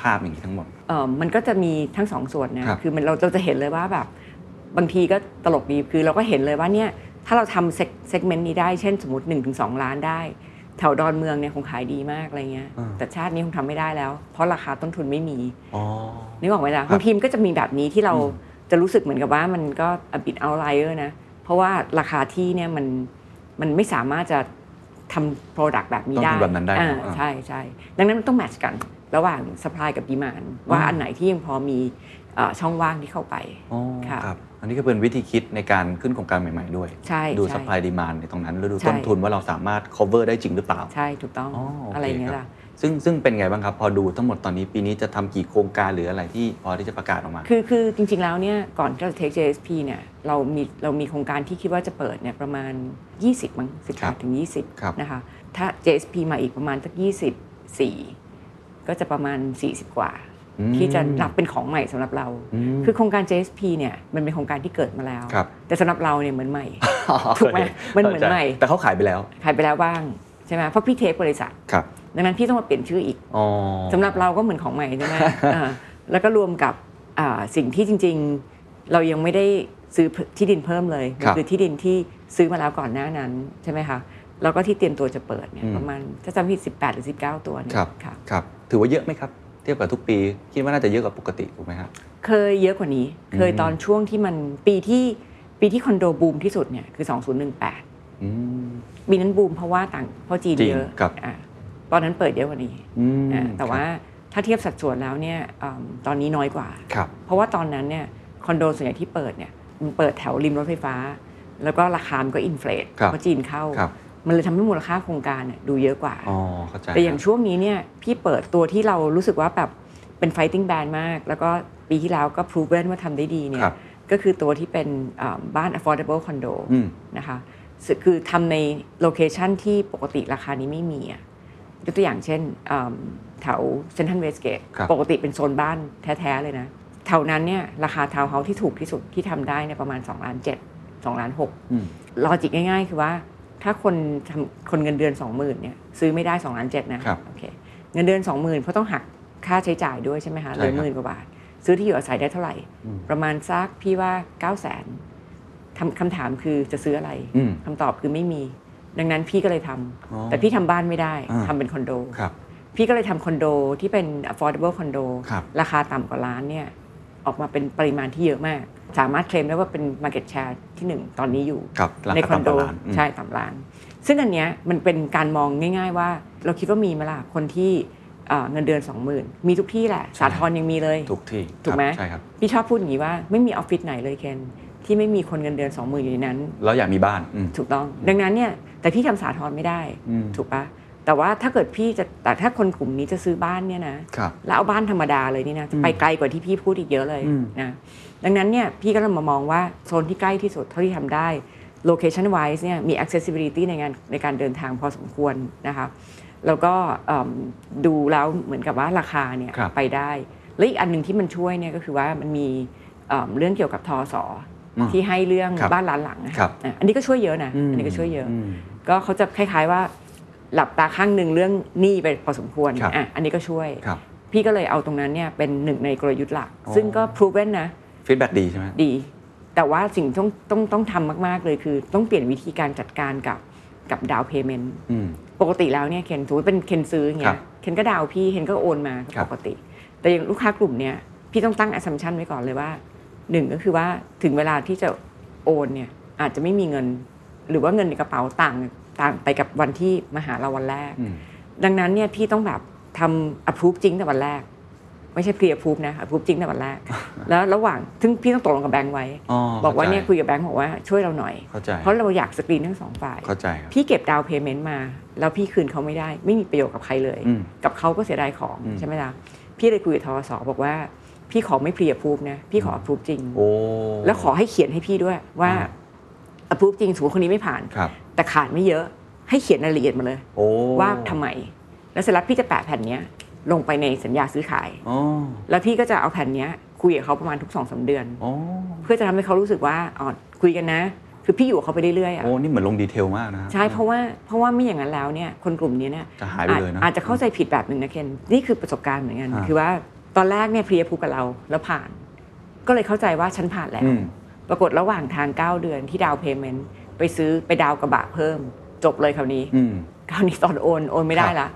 ภาพอย่างนี้ทั้งหมด
เอ่อมันก็จะมีทั้งสองส่วนนะครับ คือมันเราเราจะเห็นเลยว่าแบบบางทีก็ตลกดีคือเราก็เห็นเลยว่าเนี่ยถ้าเราทำเซกเมนต์นี้ได้เช่นสมมติ1นถึงสล้านได้ แถวดอนเมืองเนี่ยคงขายดีมากอะไรเงี้ย
อ่า
แต่ชาตินี้คงทำไม่ได้แล้ว เพราะราคาต้นทุนไม่มี
อ๋อ
นึกออกไหมจ๊ะ
ครับ
บางทีมนก็จะมีแบบนี้ที่เรา
อืม
จะรู้สึกเหมือนกับว่ามันก็บิดเอาไลเออร์นะเพราะว่าราคาที่เนี่ยมันมันไม่สามารถจะทำโปรดักต์แบบนี้
ต้อง
ได้
ทำแบบนั้นได้
อ่า
เนอะอ่า
ใช่ใช่ดังนั้นมันต้องแมทช์กันระหว่าง supply กับ demand ว่าอันไหนที่ยังพอมีเอ่อช่องว่างที่เข้าไป
อ๋อ
ค่ะ
ครับ อันนี้ก็เป็นวิธีคิดในการขึ้นโครงการใหม่ ๆ ด้วย
ใช่
ดู
ใช่
supply demand ในตรงนั้นแล้วดู
ใช่
ต้นทุนว่าเราสามารถ cover ได้จริงหรือเปล่า
ใช่ถูกต้อง
อ๋อโอเค
อะไรอย่างเงี้ย
ครับ
ล่ะ
ซึ่งซึ่งเป็นไงบ้างครับ พอดูทั้งหมดตอนนี้ปีนี้จะทำกี่โครงการหรืออะไรที่พอที่จะประกาศออกมา
คือคือจริงๆแล้วเนี่ยก่อนที่เราจะ take JSP เนี่ยเรามีเรามีโครงการที่คิดว่าจะเปิดเนี่ยประมาณ 20 มั้ง
ครับ
18ถึง
ครับ
20 นะคะ ถ้า JSP มาอีกประมาณสัก24 ก็จะประมาณ 40 กว่า
อืม
ที่จะรับเป็นของใหม่สำหรับเรา
อืม
คือโครงการ JSP เนี่ยมันเป็นโครงการที่เกิดมาแล้ว
ครับ
แต่สำหรับเราเนี่ยเหมือนใหม่ ถูกไหม
โอค
มันเหมือนใหม่
แต่เขาขายไปแล้ว
ขายไปแล้วบ้างใช่ไหมเพราะพี่เทคบริษัท
ครับ
ดังนั้นพี่ต้องมาเปลี่ยนชื่ออีก
อ๋อ
สำหรับเราก็เหมือนของใหม่ใช่ไหม อ่าแล้วก็รวมกับอ่าสิ่งที่จริงๆ เรายังไม่ได้ซื้อที่ดินเพิ่มเลย
ครั
มั
บ
นคือที่ดินที่ซื้อมาแล้วก่อนหน้านั้นใช่ไหมคะแล้วก็ที่เตรียมตัวจะเปิดเนี่ย
อืม
ประมาณถ้าจำไม่ผิด18 หรือ 19 ตัวเนี่ย
ครับ
ค่ะ
ครับถือว่าเยอะไหมครับ เทียบกับทุกปีคิดว่าน่าจะเยอะกว่าปกติถูกไหมฮะ
เคยเยอะกว่านี้ เคย
อืม
ตอนช่วงที่มันปีที่ปีที่คอนโดบูมที่สุดเนี่ยคือ 2018
อืม
ปีนั้นบูมเพราะว่าต่างเพราะจีน
จีน
เยอะ
ครับ
อ่าตอนนั้นเปิดเยอะกว่านี้
อืม
อ่าแต่ว่าถ้าเทียบสัดส่วนแล้วเนี่ยอืมตอนนี้น้อยกว่า
ครับ
เพราะว่าตอนนั้นเนี่ยคอนโดส่วนใหญ่ที่เปิดเนี่ยมันเปิดแถวริมรถไฟฟ้า แล้วก็ราคามันก็อินเฟลต
ครับ
เพราะจีนเข้า
ครับ
มันเลยทำให้มูลค่าโครงการน่ะดูเยอะกว่า
อ๋อเข้าใจ
แต่อย่าง
ครับ
ช่วงนี้เนี่ยพี่เปิดตัวที่เรารู้สึกว่าแบบเป็น fighting band มาก แล้วก็ปีที่แล้วก็ proven ว่าทำได้ดีเนี่
ค
ย
รับ
ก็คือตัวที่เป็นอ่าบ้าน affordable condo
อืม
นะคะซึ่งคือทำในโลเคชันที่ปกติราคานี้ไม่มีอะยกตัวอย่างเช่นอืมแถวเซนทันเวสเกต
ครับ
ปกติเป็นโซนบ้านแท้ ๆ เลยนะแถวนั้นเนี่ยราคาทาวน์เฮาส์ที่ถูกที่สุดที่ทำได้เนี่ยประมาณ2ล้าน7 2ล้าน
อืม
6ลอจิกง่าย ๆ คือว่า ถ้าคนทำคนเงินเดือน2 0,000เนี่ยซื้อไม่ได้2ล้านเจ็ดนะครับโอเคเงินเดือน 20,000เพราะต้องหักค่าใช้จ่ายด้วยใช่ไหมคะ
ใช่
เห
ครับ
ลือหมื่นกว่าบาท ซื้อที่อยู่อาศัยได้เท่าไหร่
อืม
ประมาณสักพี่ว่า9 0 0 0 0นทำคำถามคือจะซื้ออะไร
อืม
คำตอบคือไม่มี ดังนั้นพี่ก็เลยทำ
อ๋อ
แต่พี่ทำบ้านไม่ได้
อ่า
ทำเป็นคอนโด
ครับ
พี่ก็เลยทำคอนโดที่เป็น affordable condo
ครับ
ราคาต่ำกว่าล้านเนี่ยออกมาเป็นปริมาณที่เยอะมาก สามารถเคลมได้ว่าเป็น market share ที่หนึ่งตอนนี้อยู่
ครับรา
ใน
คา
คอนโด
ต่ำกว่าล้านอืม
ใช่ต่ำล้าน ซึ่งอันเนี้ยมันเป็นการมองง่าย ๆ ว่า เราคิดว่ามีไหมล่ะคนที่เอ่อเงินเดือน 20,000 มีทุกที่แหละ สาทรยังมีเลย
ถูกที่
ถูกไหม
ครับใช่ครับ
พี่ชอบพูดอย่างนี้ว่าไม่มีออฟฟิศไหนเลยเคนที่ไม่มีคนเงินเดือน 20,000 อยู่ในนั้น
แล้วอยากมีบ้านอืม
ถูกต้อง ดังนั้นเนี่ยแต่พี่ทำสาทรไม่ได้
อืม
ถูกปะแต่ว่าถ้าเกิดพี่จะแต่ถ้าคนกลุ่มนี้จะซื้อบ้านเนี่ยนะ
ครับ
แล้วเอาบ้านธรรมดาเลยนี่นะจะไปไกลกว่าที่พี่พูดอีกเยอะเลย
อืม
นะดังนั้นเนี่ยพี่ก็เลยมามองว่า โซนที่ใกล้ที่สุดเท่าที่ทำได้ location wise เนี่ยมี accessibility ในงานในการเดินทางพอสมควรนะคะแล้วก็เอิ่มดูแล้วเหมือนกับว่าราคาเนี่ย
ครับ
ไปได้ และอีกอันหนึ่งที่มันช่วยเนี่ยก็คือว่ามันมีเอิ่มเรื่องเกี่ยวกับทอสอ
อืม
ที่ให้เรื่อง
ครับ
บ้านล้านหลังอะ
ครับ
อ่ะอันนี้ก็ช่วยเยอะนะอันนี้ก็ช่วยเยอะ
ม
ก็เขาจะคล้ายๆว่าหลับตาข้างหนึ่งเรื่องหนี้ไปพอสมควร
ครับ
อ่ะอันนี้ก็ช่วย
ครับ
พี่ก็เลยเอาตรงนั้นเนี่ยเป็นหนึ่งในกลยุทธ์หลัก
อ๋อ
ซึ่งก็ proven นะ
ฟีดแบ็ดีใช่ไหม
ดี แต่ว่าสิ่งต้องต้องต้องทำมาก ๆ เลยคือต้องเปลี่ยนวิธีการจัดการกับกับดาวเพย์เมนต์
อืม
ปกติแล้วเนี่ยเคนถือเป็นเคนซื้ออย่าง
ครั
เงี้ย
บ
เคนก็ดาวพี่เคนก็โอนมา
ครับ
ปกติ แต่อย่างลูกค้ากลุ่มเนี่ยพี่ต้องตั้ง assumption ไว้ก่อนเลยว่าหนึ่งก็คือว่าถึงเวลาที่จะโอนเนี่ยอาจจะไม่มีเงิน หรือว่าเงินในกระเป๋าต่างต่างไปกับวันที่มาหาเราวันแรก
อืม
ดังนั้นเนี่ยพี่ต้องแบบทำ approve จริงแต่วันแรก ไม่ใช่ pre approve นะ approve จริงแต่วันแร ก แล้วระหว่างซึ่งพี่ต้องตกลงกับแบงค์ไว้
อ๋อ
บอกว่า
ข้ใจ
เนี่ยคุยกับแบงค์บอกว่าช่วยเราหน่อย
เข้าใจ
เพราะเราอยากสกรีนทั้งสองฝ่าย
เข้าใจครับ
พี่เก็บดาวเพย์เมนต์มา แล้วพี่คืนเขาไม่ได้ ไม่มีประโยชน์กับใครเลย
อืม
กับเขาก็เสียดายของ
อืม
ใช่ไหมล่ะพี่เลยคุยกับทอสอบอกว่า พี่ขอไม่ pre approve นะพี่ขอ approve จริง
โอ้
แล้วขอให้เขียนให้พี่ด้วยว่า
อ่า
approve จริงสมมติคนนี้ไม่ผ่าน
ครับ
แต่ขาดไม่เยอะให้เขียนรายละเอียดมาเลย
โอ้
ว่าทำไม แล้วเสร็จแล้วพี่จะแปะแผ่นเนี้ยลงไปในสัญญาซื้อขาย
อ๋อ
แล้วพี่ก็จะเอาแผ่นเนี้ยคุยกับเขาประมาณทุกสองสามเดือน
อ๋อ
เพื่อจะทำให้เขารู้สึกว่าอ๋อคุยกันนะ คือพี่อยู่กับเขาไปเรื่อยๆอ่ะ
โอ้ นี่เหมือนลงดีเทลมากนะ
ใช่เพราะว่าเพราะว่าไม่อย่างนั้นแล้วเนี่ยคนกลุ่มนี้เนี่ย
จะหายไป
อาจ
เลยนะ
อาจจะเข้าใจผิดแบบหนึ่งนะเคนนี่คือประสบการณ์เหมือนกัน
อ่า
คือว่าตอนแรกเนี่ยเพลียพูกับเราแล้วผ่าน ก็เลยเข้าใจว่าฉันผ่านแล้ว
อืม
ปรากฏระหว่างทาง 9 เดือนที่ดาวเพย์เมนต์ไปซื้อไปดาวกระบะเพิ่ม จบเลยคราวนี้
อืม
คราวนี้ตอนโอนโอนไม่ได้ละ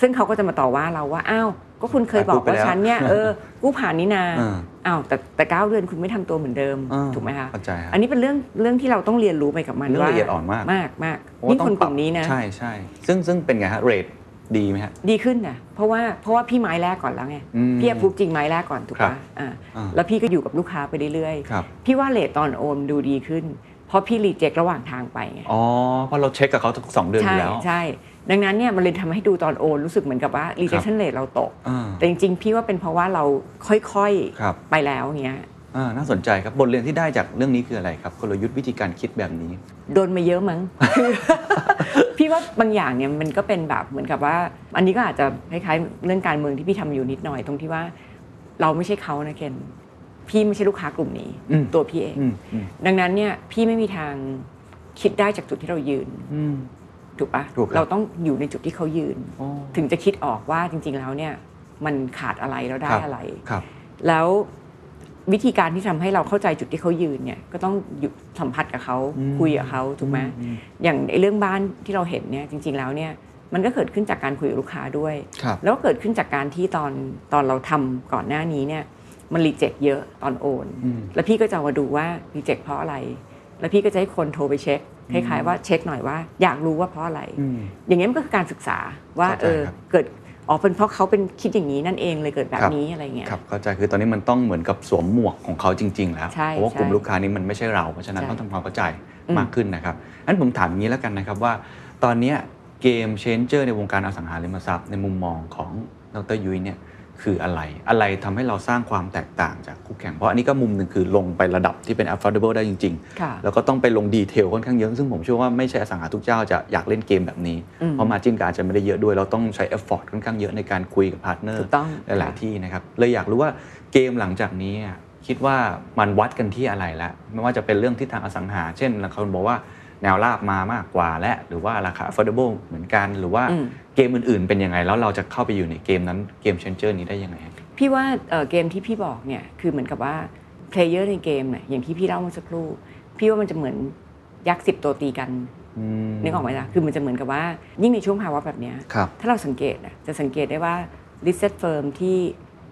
ซึ่งเขาก็จะมาต่อว่าเราว่า อ้าว ก็คุณเคยบอก
อ่ะกู้
ว่า
ไปแล้ว
ฉันเนี่ยเออ กู้ผ่านนี่นา
อ่า
อ้าวแต่แต่เก้าเดือนคุณไม่ทำตัวเหมือนเดิม
อ่า
ถูกไหมคะ
เข้าใจครับ
อันนี้เป็นเรื่องเรื่องที่เราต้องเรียนรู้ไปกับมัน
เรื่อง
ว่า
ละเอียดอ่อนมาก
มากมาก
เพราะว่า
นี่คนกลุ่มนี้นะ
ใช่ใช่ซึ่งซึ่งเป็นไงฮะ เรทดีไหมฮะ
ดีขึ้นนะเพราะว่าเพราะว่าพี่ไม้แรกก่อนแล้วไง
อืม
พี่พูดจริงไม้แรกก่อนถูก
ครับ
ปะอ่า
อ่า
แล้วพี่ก็อยู่กับลูกค้าไปเรื่อย
ครับ
ๆ พี่ว่าเลทตอนโอนดูดีขึ้น เพราะพี่รีเจ็คระหว่างทางไปไง
อ๋อ เพราะเราเช็คกับเขาทุกสองเดือนอ
ใช่
ยู่แล้ว
ใช่ดังนั้นเนี่ยมันเลยทำให้ดูตอนโอนรู้สึกเหมือนกับว่า rejection rate เราตก
อ่า
แต่จริงๆ พี่ว่าเป็นเพราะว่าเราค่อย
ครับ
ๆ ไปแล้วอย่างเงี้ย
อ่า น่าสนใจครับ บทเรียนที่ได้จากเรื่องนี้คืออะไรครับ กลยุทธ์วิธีการคิดแบบนี้
โดนมาเยอะมั้ง พี่ว่าบางอย่างเนี่ยมันก็เป็นแบบเหมือนกับว่า อันนี้ก็อาจจะคล้ายๆเรื่องการเมืองที่พี่ทำอยู่นิดหน่อยตรงที่ว่า เราไม่ใช่เขานะเคนพี่ไม่ใช่ลูกค้ากลุ่มนี้
อืม
ตัวพี่เอง
อืมอืม
ดังนั้นเนี่ยพี่ไม่มีทางคิดได้จากจุดที่เรายืน
อืม
ถูกปะ
ถูกครับ
เราต้องอยู่ในจุดที่เขายืน
โอ้
ถึงจะคิดออกว่าจริง ๆ แล้วเนี่ยมันขาดอะไรแล้วได้
คบ
อะไร
ครับ
แล้ววิธีการที่ทำให้เราเข้าใจจุดที่เขายืนเนี่ยก็ต้องอยู่สัมผัสกับเขา
อืม
คุยกับเขาถูกไหม
อืม
อย่างไอ้เรื่องบ้านที่เราเห็นเนี่ยจริง ๆ แล้วเนี่ยมันก็เกิดขึ้นจากการคุยกับลูกค้าด้วย
ครับ
แล้วก็เกิดขึ้นจากการที่ตอนตอนเราทำก่อนหน้านี้เนี่ยมันรีเจ็คเยอะตอนโอน
อืม
แล้วพี่ก็จะเอามาดูว่ารีเจ็คเพราะอะไร แล้วพี่ก็จะให้คนโทรไปเช็คคล้ายๆว่าเช็คหน่อยว่าอยากรู้ว่าเพราะอะไร
อืม
อย่างเงี้ยมันก็คือการศึกษาว่า
เข้าใจ
เออ
ครับ
เกิดอ๋อเป็นเพราะเขาเป็นคิดอย่างนี้นั่นเองเลยเกิดแบ
ครับ บ
นี้อะไรเงี้ย
ครับเข้าใจคือตอนนี้มันต้องเหมือนกับสวมหมวกของเขาจริง ๆ แล้ว
ใช่
เพราะว่ากลุ่ม
ใช่
ลูกค้านี้มันไม่ใช่เราเพราะฉะนั้น
ใช่
ต้องทำความเข้าใจ
อืม
มากขึ้นนะครับงั้นผมถามอย่างนี้แล้วกันนะครับว่า ตอนเนี้ยเกมเชนเจอร์ในวงการอสังหาริมทรัพย์ในมุมมองของดรยุ้ยเนี่ยคืออะไร อะไรทำให้เราสร้างความแตกต่างจากคู่แข่ง เพราะอันนี้ก็มุมหนึ่งคือลงไประดับที่เป็น affordable ได้จริง
ค่ะ
ๆ แล้วก็ต้องไปลงดีเทลค่อนข้างเยอะซึ่งผมเชื่อว่าไม่ใช่อสังหาทุกเจ้าจะอยากเล่นเกมแบบนี้
อืม
เพราะมาจิ้นก็อาจจะไม่ได้เยอะด้วยเราต้องใช้ effort ค่อนข้างเยอะในการคุยกับ partner
ถูกต้อง
หลายๆที่นะครับเลยอยากรู้ว่าเกมหลังจากนี้อ่ะคิดว่ามันวัดกันที่อะไรแล้วไม่ว่าจะเป็นเรื่องทิศทางอสังหา เช่นหลายคนบอกว่า แนวราบมามากกว่าและหรือว่าราคา affordable เหมือนกัน หรือว่า
อืม
เกมอื่นๆ เป็นยังไง แล้วเราจะเข้าไปอยู่ในเกมนั้นเกมเชนเจอร์นี้ได้ยังไงครับ
พี่ว่าเอ่อเกมที่พี่บอกเนี่ยคือเหมือนกับว่าเพลเยอร์ในเกมเนี่ยอย่างที่พี่เล่าเมื่อสักครู่ พี่ว่ามันจะเหมือนยักษ์สิบตัวตีกันนึกออกไหมล่ะคือมันจะเหมือนกับว่ายิ่งในช่วงภาวะแบบเนี้ย
ครับ
ถ้าเราสังเกตอะจะสังเกตได้ว่า listed firm ที่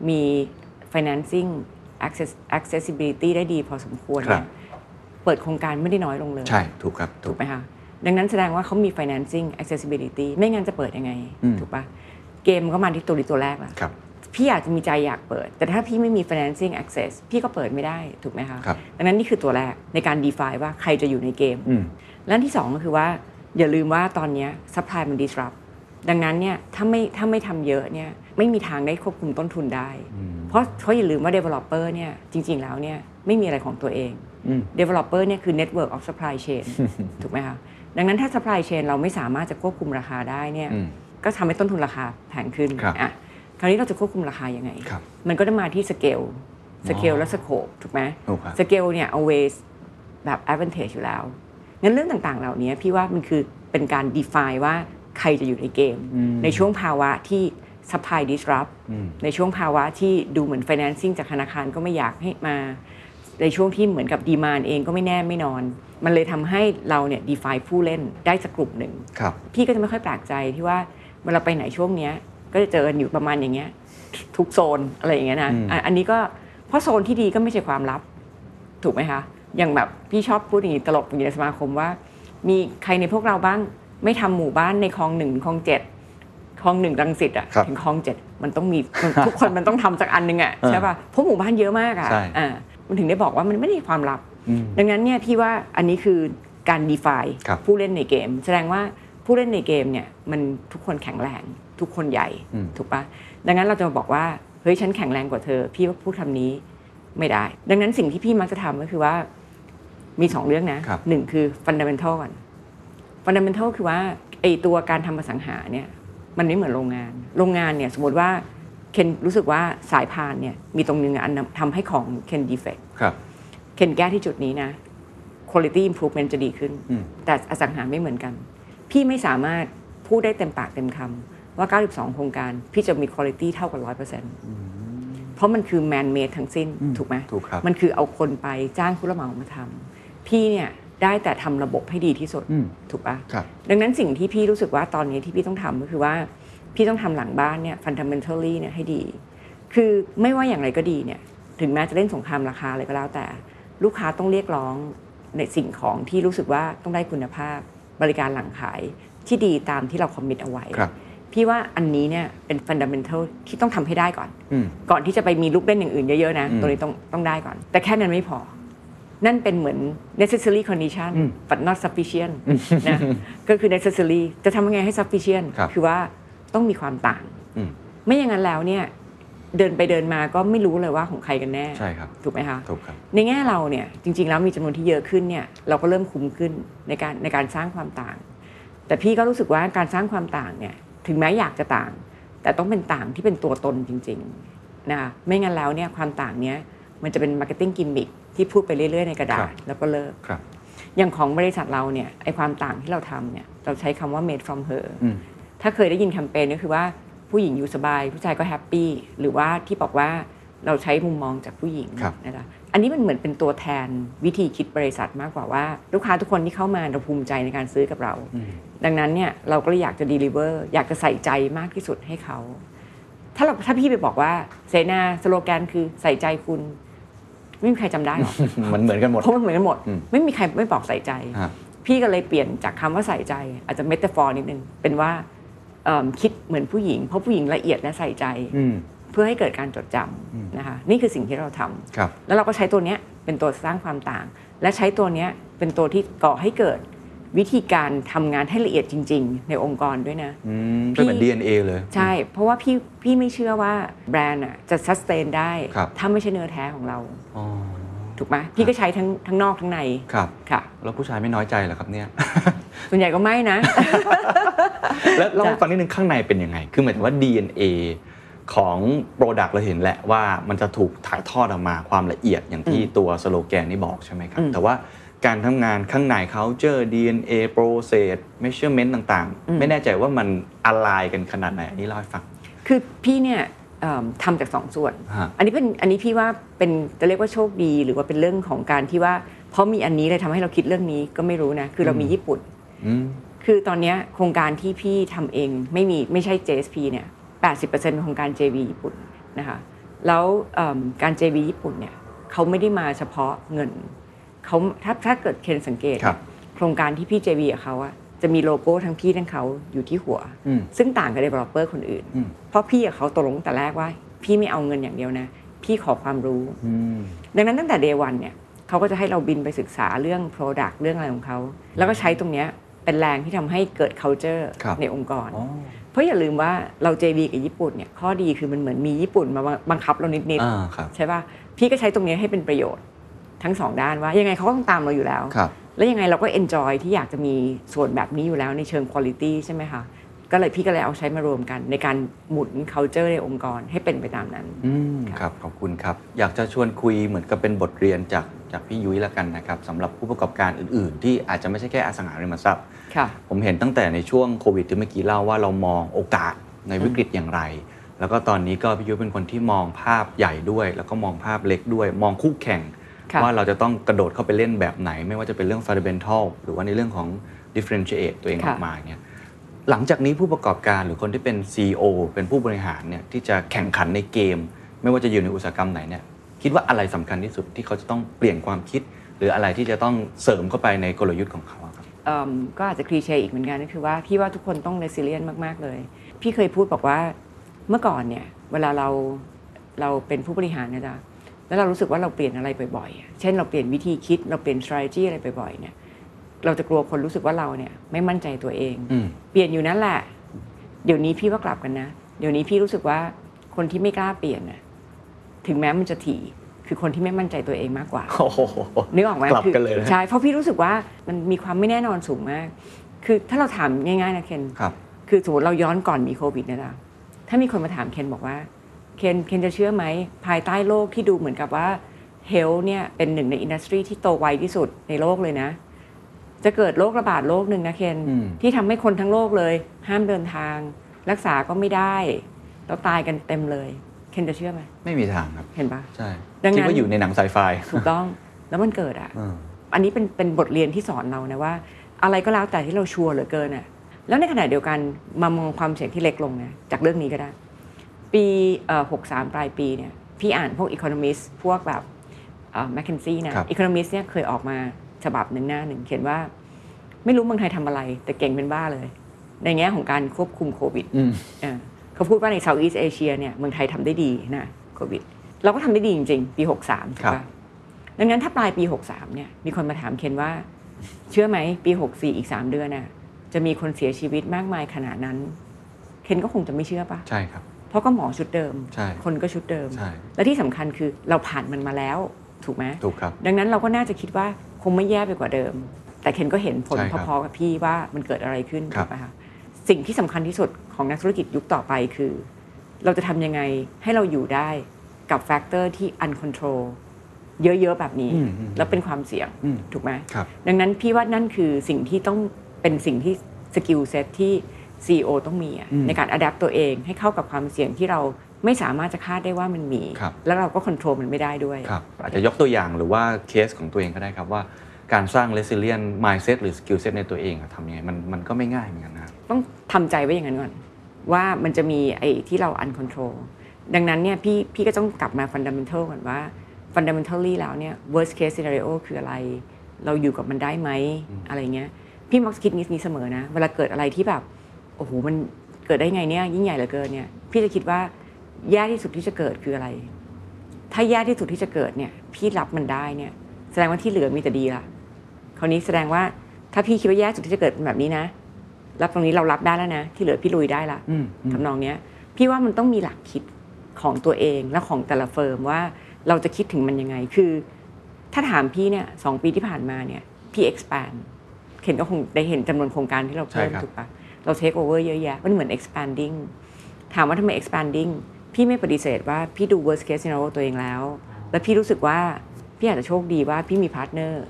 มี financing access- accessibility ได้ดีพอสมควร
ครั
เนี่
บ
ยเปิดโครงการไม่ได้น้อยลงเลย
ใช่ถูกครับถู
ถู
ก
กไหมคะ ดังนั้นแสดงว่าเขามี financing accessibility ไม่งั้นจะเปิดยังไง
อืม
ถูกปะเกมก็มาที่ตัวนี้ตัวแรกละ
ครับ
พี่อาจจะมีใจอยากเปิด แต่ถ้าพี่ไม่มี financing access พี่ก็เปิดไม่ได้ ถูกไหมคะ
ครับ
ดังนั้นนี่คือตัวแรกในการ define ว่าใครจะอยู่ในเกม
อืม
และอันที่ 2 ก็คือว่า อย่าลืมว่าตอนเนี้ย supply มัน disrupt ดังนั้นเนี่ยถ้าไม่ถ้าไม่ทำเยอะเนี่ยไม่มีทางได้ควบคุมต้นทุนได้ เพราะเพราะอย่าลืมว่า developer เนี่ยจริง ๆ แล้วเนี่ยไม่มีอะไรของตัวเอง
อืม
developer เนี่ยคือ network of supply chain ถูกไหมคะดังนั้นถ้า supply chain เราไม่สามารถจะควบคุมราคาได้เนี่ย
อืม
ก็ทำให้ต้นทุนราคาแพงขึ้น
ครับ
อ่ะคราวนี้เราจะควบคุมราคายังไง
ครับ
มันก็จะมาที่สเกล สเกลและสโคปถูกไหม
ถูกครับ
สเกลเนี่ย always แบบ advantage อยู่แล้ว งั้นเรื่องต่างๆ เหล่านี้พี่ว่ามันคือเป็นการ define ว่าใครจะอยู่ในเกม ในช่วงภาวะที่ supply disrupt ในช่วงภาวะที่ดูเหมือน financing จากธนาคารก็ไม่อยากให้มา ในช่วงที่เหมือนกับดีมานเองก็ไม่แน่ไม่นอน มันเลยทำให้เราเนี่ย define ผู้เล่นได้สักกลุ่มหนึ่ง
ครับ
พี่ก็จะไม่ค่อยแปลกใจที่ว่าเวลาไปไหนช่วงเนี้ยก็จะเจอกันอยู่ประมาณอย่างเงี้ยทุกโซนอะไรอย่างเงี้ยนะอ่ะอันนี้ก็เพราะโซนที่ดีก็ไม่ใช่ความลับ ถูกไหมคะอย่างแบบพี่ชอบพูดอย่างนี้ตลกอย่างนี้ในสมาคมว่า มีใครในพวกเราบ้างไม่ทำหมู่บ้านในคลองหนึ่งคลองเจ็ดคลองหนึ่งรังสิตอ่ะ
ครับ
ถึงคลองเจ็ดมันต้องมีมันทุกคนมันต้องทำสักอันห นึงอ่ะใช่ป่ะเพราะหมู่บ้านเยอะมากอ่ะ
ใช่
อ่ามันถึงได้บอกว่ามันไม่ได้ความลับ ดังนั้นเนี่ยพี่ว่าอันนี้คือการ define
ครับ
ผู้เล่นในเกม แสดงว่าผู้เล่นในเกมเนี่ยมันทุกคนแข็งแรง ทุกคนใหญ่ถูกปะดังนั้นเราจะมาบอกว่าเฮ้ยฉันแข็งแรงกว่าเธอ พี่ว่าพูดคำนี้ไม่ได้ ดังนั้นสิ่งที่พี่มักจะทำก็คือว่ามีสองเรื่องนะครับ หนึ่งคือ fundamental ก่อน fundamental คือว่าไอตัวการทำอสังหาเนี่ยมันไม่เหมือนโรงงาน โรงงานเนี่ยสมมติว่าเคนรู้สึกว่าสายพานเนี่ยมีตรงนึงอันทำให้ของเคน defect
ครับ
เคนแก้ที่จุดนี้นะ quality improvement จะดีขึ้น แต่อสังหาไม่เหมือนกัน พี่ไม่สามารถพูดได้เต็มปากเต็มคำว่า 92 โครงการ พี่จะมี quality เท่ากับ 100%เพราะมันคือ man made ทั้งสิ้น ถูกไหม
ถูกครับ
มันคือเอาคนไปจ้างผู้รับเหมามาทำพี่เนี่ยได้แต่ทำระบบให้ดีที่สุด ถูกปะ
ครับ
ดังนั้นสิ่งที่พี่รู้สึกว่าตอนนี้ที่พี่ต้องทำก็คือว่า พี่ต้องทำหลังบ้านเนี่ย fundamentally เนี่ยให้ดี คือไม่ว่าอย่างไรก็ดีเนี่ย ถึงแม้จะเล่นสงครามราคาอะไรก็แล้วแต่ ลูกค้าต้องเรียกร้องในสิ่งของที่รู้สึกว่าต้องได้คุณภาพบริการหลังขายที่ดีตามที่เราคอมมิตเอาไว้
ครับ
พี่ว่าอันนี้เนี่ยเป็น fundamental ที่ต้องทำให้ได้ก่อน
อืม
ก่อนที่จะไปมีลูกเล่นอย่างอื่นเยอะ ๆ นะ
อืม
ตัวนี้ต้องต้องได้ก่อน แต่แค่นั้นไม่พอ นั่นเป็นเหมือน necessary condition but not sufficient นะ ก็คือ necessary จะทำยังไงให้ sufficient
ครับ
อว่าต้องมีความต่าง
อืม
ไม่อย่างนั้นแล้วเนี่ย เดินไปเดินมาก็ไม่รู้เลยว่าของใครกันแน่
ใช่ครับ
ถูกไหมคะ
ถูกครับ
ในแง่เราเนี่ยจริง ๆ แล้วมีจำนวนที่เยอะขึ้นเนี่ยเราก็เริ่มคุ้มขึ้นในการในการสร้างความต่าง แต่พี่ก็รู้สึกว่าการสร้างความต่างเนี่ยถึงแม้อยากจะต่าง แต่ต้องเป็นต่างที่เป็นตัวตนจริงๆนะคะไม่งั้นแล้วเนี่ยความต่างเนี้ยมันจะเป็นมาร์เก็ตติ้งกิมมิคที่พูดไปเรื่อย ๆ ในกระดา
ครั
ษ
บ
แล้วก็เลิก
ครับ
อย่างของบริษัทเราเนี่ยไอความต่างที่เราทำเนี่ยเราใช้คำว่า made from her
อืม
ถ้าเคยได้ยินแคมเปญก็คือว่าผู้หญิงอยู่สบาย ผู้ชายก็แฮปปี้หรือว่าที่บอกว่าเราใช้มุมมองจากผู้หญิง
ครับ
นะจ๊ะอันนี้มันเหมือนเป็นตัวแทนวิธีคิดบริษัทมากกว่าว่า ลูกค้าทุกคนที่เข้ามาเราภูมิใจในการซื้อกับเรา ดังนั้นเนี่ยเราก็เลยอยากจะ deliver อยากจะใส่ใจมากที่สุดให้เขา ถ้าเราถ้าพี่ไปบอกว่าเซนาสโลแกนคือใส่ใจคุณ ไม่มีใครจำได้หรอก
มันเหมือนกันหมด
เพราะมันเหมือนกันหมด
อืม
ไม่มีใครไม่บอกใส่ใจ
ฮะ
พี่ก็เลยเปลี่ยนจากคำว่าใส่ใจ อาจจะเมตาฟอร์นิดนึง เป็นว่าเอิ่มคิดเหมือนผู้หญิง เพราะผู้หญิงละเอียดและใส่ใจ
อืม
เพื่อให้เกิดการจดจำนะคะนี่คือสิ่งที่เราทำ
ครับ
แล้วเราก็ใช้ตัวเนี้ยเป็นตัวสร้างความต่าง และใช้ตัวเนี้ยเป็นตัวที่ก่อให้เกิดวิธีการทำงานให้ละเอียดจริง ๆ ในองค์กรด้วยนะ
อืมเป็นเหมือน DNA เลย
ใช่ เพราะว่าพี่พี่ไม่เชื่อว่าแบรนด์อะจะซัสเตนได้
ครับ
ถ้าไม่ใช่เนื้อแท้ของเรา
อ๋อ
ถูกไหมพี่ก็ใช้ทั้งทั้งนอกทั้งใน
ครับ
ค่ะ
แล้วผู้ชายไม่น้อยใจเหรอครับเนี่ย
ส่วนใหญ่ก็ไม่นะ
แล้วเราให้ฟังนิดนึงข้างในเป็นยังไง คือหมายถึงว่า DNA ของโปรดักต์เราเห็นแหละว่ามันจะถูกถ่ายทอดออกมาความละเอียดอย่างที่ตัวสโลแกนนี่บอกใช่ไหมครับ แต่ว่า การทำงานข้างใน culture DNA process measurement ต่าง
อืม
ๆ ไม่แน่ใจว่ามันอะไรกันขนาดไหนอันนี้เล่าให้ฟัง
คือพี่เนี่ยเอิ่มทำจากสองส่วน
ฮะ
อันนี้เป็นอันนี้พี่ว่าเป็นจะเรียกว่าโชคดี หรือว่าเป็นเรื่องของการที่ว่า เพราะมีอันนี้เลยทำให้เราคิดเรื่องนี้ก็ไม่รู้นะ คือเรามีญี่ปุ่น
อืม
คือตอนเนี้ยโครงการที่พี่ทำเองไม่มีไม่ใช่ JSP เนี่ย80%เป็นโครงการ JV ญี่ปุ่นนะคะแล้วเอิ่มการ JV ญี่ปุ่นเนี่ยเขาไม่ได้มาเฉพาะเงินเขาถ้าถ้าเกิดเคนสังเกต
ครับ
โครงการที่พี่ JV กับเขาอะจะมีโลโก้ทั้งพี่ทั้งเขาอยู่ที่หัว
อืม
ซึ่งต่างกับ developer คนอื่น
อืม
เพราะพี่กับเขาตกลงตั้งแต่แรกว่า พี่ไม่เอาเงินอย่างเดียวนะ พี่ขอความรู้
อืม
ดังนั้นตั้งแต่ day one เนี่ยเขาก็จะให้เราบินไปศึกษาเรื่อง Product เรื่องอะไรของเขา แล้วก็ใช้ตรงเนี้ยเป็นแรงที่ทำให้เกิด culture
ครับ
ในองค์กร
อ๋อ
เพราะอย่าลืมว่าเรา JV กับญี่ปุ่นเนี่ยข้อดีคือมันเหมือนมีญี่ปุ่นมาบังคับเรานิด
อ่าครับ
ๆ ใช่ป่ะ พี่ก็ใช้ตรงเนี้ยให้เป็นประโยชน์ทั้งสองด้านว่า ยังไงเขาก็ต้องตามเราอยู่แล้ว
ครับ
แล้วยังไงเราก็ enjoy ที่อยากจะมีส่วนแบบนี้อยู่แล้วในเชิง quality ใช่ไหมคะ ก็เลยพี่ก็เลยเอาใช้มารวมกัน ในการหมุน culture ในองค์กรให้เป็นไปตามนั้น
อืม
ค่ะ
ครับขอบคุณครับ อยากจะชวนคุยเหมือนกับเป็นบทเรียนจากจากพี่ยุ้ยละกันนะครับสำหรับผู้ประกอบการอื่น ๆ ที่อาจจะไม่ใช่แค่อสังหาริมทรัพย์
ค่ะ
ผมเห็นตั้งแต่ในช่วงโควิดที่เมื่อกี้เล่าว่าเรามองโอกาสในวิกฤตอย่างไร แล้วก็ตอนนี้ก็พี่ยุ้ยเป็นคนที่มองภาพใหญ่ด้วย แล้วก็มองภาพเล็กด้วย มองคู่แข่ง
ค่ะ
ว่าเราจะต้องกระโดดเข้าไปเล่นแบบไหน ไม่ว่าจะเป็นเรื่อง fundamental หรือว่าในเรื่องของ differentiate ตัวเองอ
ค่ะ
อกมาเนี่ยหลังจากนี้ผู้ประกอบการหรือคนที่เป็น CEO เป็นผู้บริหารเนี่ยที่จะแข่งขันในเกม ไม่ว่าจะอยู่ในอุตสาหกรรมไหนเนี่ยคิดว่าอะไรสำคัญที่สุดที่เขาจะต้องเปลี่ยนความคิด หรืออะไรที่จะต้องเสริมเข้าไปในกลยุทธ์ของเขาอะครับ
เอิ่มก็อาจจะคลีเช่อีกเหมือนกันก็คือว่าพี่ว่าทุกคนต้อง r e s i l i e n t มาก ๆ เลย พี่เคยพูดบอกว่าเมื่อก่อนเนี่ย เวลาเราเราเป็นผู้บริหารนะจ๊ะแล้วเรารู้สึกว่าเราเปลี่ยนอะไรบ่อยๆอะเช่นเราเปลี่ยนวิธีคิดเราเปลี่ยน strategy อะไรบ่อยๆเนี่ยเราจะกลัวคนรู้สึกว่าเราเนี่ยไม่มั่นใจตัวเอง
อืม
เปลี่ยนอยู่นั่นแหละ เดี๋ยวนี้พี่ว่ากลับกันนะ เดี๋ยวนี้พี่รู้สึกว่าคนที่ไม่กล้าเปลี่ยนน่ะถึงแม้มันจะถี่ คือคนที่ไม่มั่นใจตัวเองมากกว่า
โอ้โห
นึกออกไหม
กลับกันเลยนะ
คือใช่ เพราะพี่รู้สึกว่ามันมีความไม่แน่นอนสูงมาก คือถ้าเราถามง่ายๆนะเคน
ครับ
คือสมมติเราย้อนก่อนมีโควิดเนยนะถ้ามีคนมาถามเคนบอกว่า เคนเคนจะเชื่อไหม ภายใต้โลกที่ดูเหมือนกับว่าเฮลเนี่ยเป็นหนึ่งในอินดัสทรีที่โตไวที่สุดในโลกเลยนะ จะเกิดโรคระบาดโรคหนึ่งนะเคน
อืม
ที่ทำให้คนทั้งโลกเลย ห้ามเดินทาง รักษาก็ไม่ได้แล้วตายกันเต็มเลย เคนจะเชื่อไหม
ไม่มีทางครับ
เห็นปะ
ใช่
ดังนั้น
คิดว่าอยู่ในหนังไซไฟ
ถูกต้อง แล้วมันเกิดอ่ะ
เออ
อันนี้เป็นเป็นบทเรียนที่สอนเรานะว่า อะไรก็แล้วแต่ที่เราชัวร์เหลือเกินอ่ะแล้วในขณะเดียวกันมามองความเสี่ยงที่เล็กลงนะจากเรื่องนี้ก็ได้ ปีหกสามปลายปีเนี่ยพี่อ่านพวก Economist พวกแบบแมคเคนซี่อ McKinsey นะ Economist เนี่ยเคยออกมาฉบับหนึ่งหน้าหนึ่งเขียนว่า ไม่รู้เมืองไทยทำอะไร แต่เก่งเป็นบ้าเลย ในแง่ของการควบคุมโควิด
อืม
เออเขาพูดว่าใน Southeast Asia เนี่ยเมืองไทยทำได้ดีนะโควิด เราก็ทำได้ดีจริงๆ ปี 63ถูก
ครั
ป่ะ
บ
ดังนั้นถ้าปลายปี 63เนี่ยมีคนมาถามเคนว่า เชื่อไหมปี 64 อีก 3 เดือนน่ะจะมีคนเสียชีวิตมากมายขนาดนั้น เคนก็คงจะไม่เชื่อป่ะ
ใช่ครับ
เพราะก็หมอชุดเดิม
ใช่
คนก็ชุดเดิม
ใช่
และที่สำคัญคือเราผ่านมันมาแล้วถูกไหม
ถูกครับ
ดังนั้นเราก็น่าจะคิดว่าคงไม่แย่ไปกว่าเดิม แต่เคนก็เห็นผล
ใช่ครับ
พอๆกับพี่ว่ามันเกิดอะไรขึ้น
ครับ
ถูกปะคะสิ่งที่สำคัญที่สุดของนักธุรกิจยุคต่อไปคือ เราจะทำยังไงให้เราอยู่ได้กับแฟกเตอร์ที่ uncontrol เยอะๆ แบบนี้
อืมอืม
แล้วเป็นความเสี่ยง
อืม
ถูกไหม
ครับ
ดังนั้นพี่ว่านั่นคือสิ่งที่ต้องเป็นสิ่งที่สกิลเซ็ตที่ CEO ต้องมีอะ
อืม
ในการอัดแอปตัวเองให้เข้ากับความเสี่ยงที่เราไม่สามารถจะคาดได้ว่ามันมี
ครับ
แล้วเราก็ควบคุมมันไม่ได้ด้วย
ครับ อาจจะยกตัวอย่างหรือว่าเคสของตัวเองก็ได้ครับว่าการสร้าง resilient mindset หรือ skill set ในตัวเองอะทำยังไงมันมันก็ไม่ง่ายเหมือนกันนะครับ
ต้องทำใจไว้อย่างนั้นก่อน ว่ามันจะมีไอ้ที่เรา uncontrol ดังนั้นเนี่ยพี่พี่ก็ต้องกลับมา fundamental ก่อนว่า fundamentally แล้วเนี่ย worst case scenario คืออะไร เราอยู่กับมันได้ไหมอะไรเงี้ยพี่มักจะคิดนี้เสมอนะ เวลาเกิดอะไรที่แบบ โอ้โหมันเกิดได้ไงเนี่ยยิ่งใหญ่เหลือเกินเนี่ยพี่จะคิดว่าแย่ที่สุดที่จะเกิดคืออะไร ถ้าแย่ที่สุดที่จะเกิดเนี่ยพี่รับมันได้เนี่ยแสดงว่าที่เหลือมีแต่ดีละคราวนี้แสดงว่าถ้าพี่คิดว่าแย่สุดที่จะเกิดเป็นแบบนี้นะ รับตรงนี้เรารับได้แล้วนะ ที่เหลือพี่ลุยได้ละ
อืมอืม
ทำนองเนี้ย พี่ว่ามันต้องมีหลักคิดของตัวเองและของแต่ละเฟิร์มว่าเราจะคิดถึงมันยังไงคือ ถ้าถามพี่เนี่ยสองปีที่ผ่านมาเนี่ยพี่ expand เห็นก็คงได้เห็นจำนวนโครงการที่เราเพิ่ม
ใช่ครับ
ถูกปะเรา take over เยอะแยะมันเหมือน expanding ถามว่าทำไม expanding พี่ไม่ปฏิเสธว่าพี่ดู worst case scenario ตัวเองแล้ว และพี่รู้สึกว่าพี่อาจจะโชคดีว่าพี่มีพาร์ทเนอร์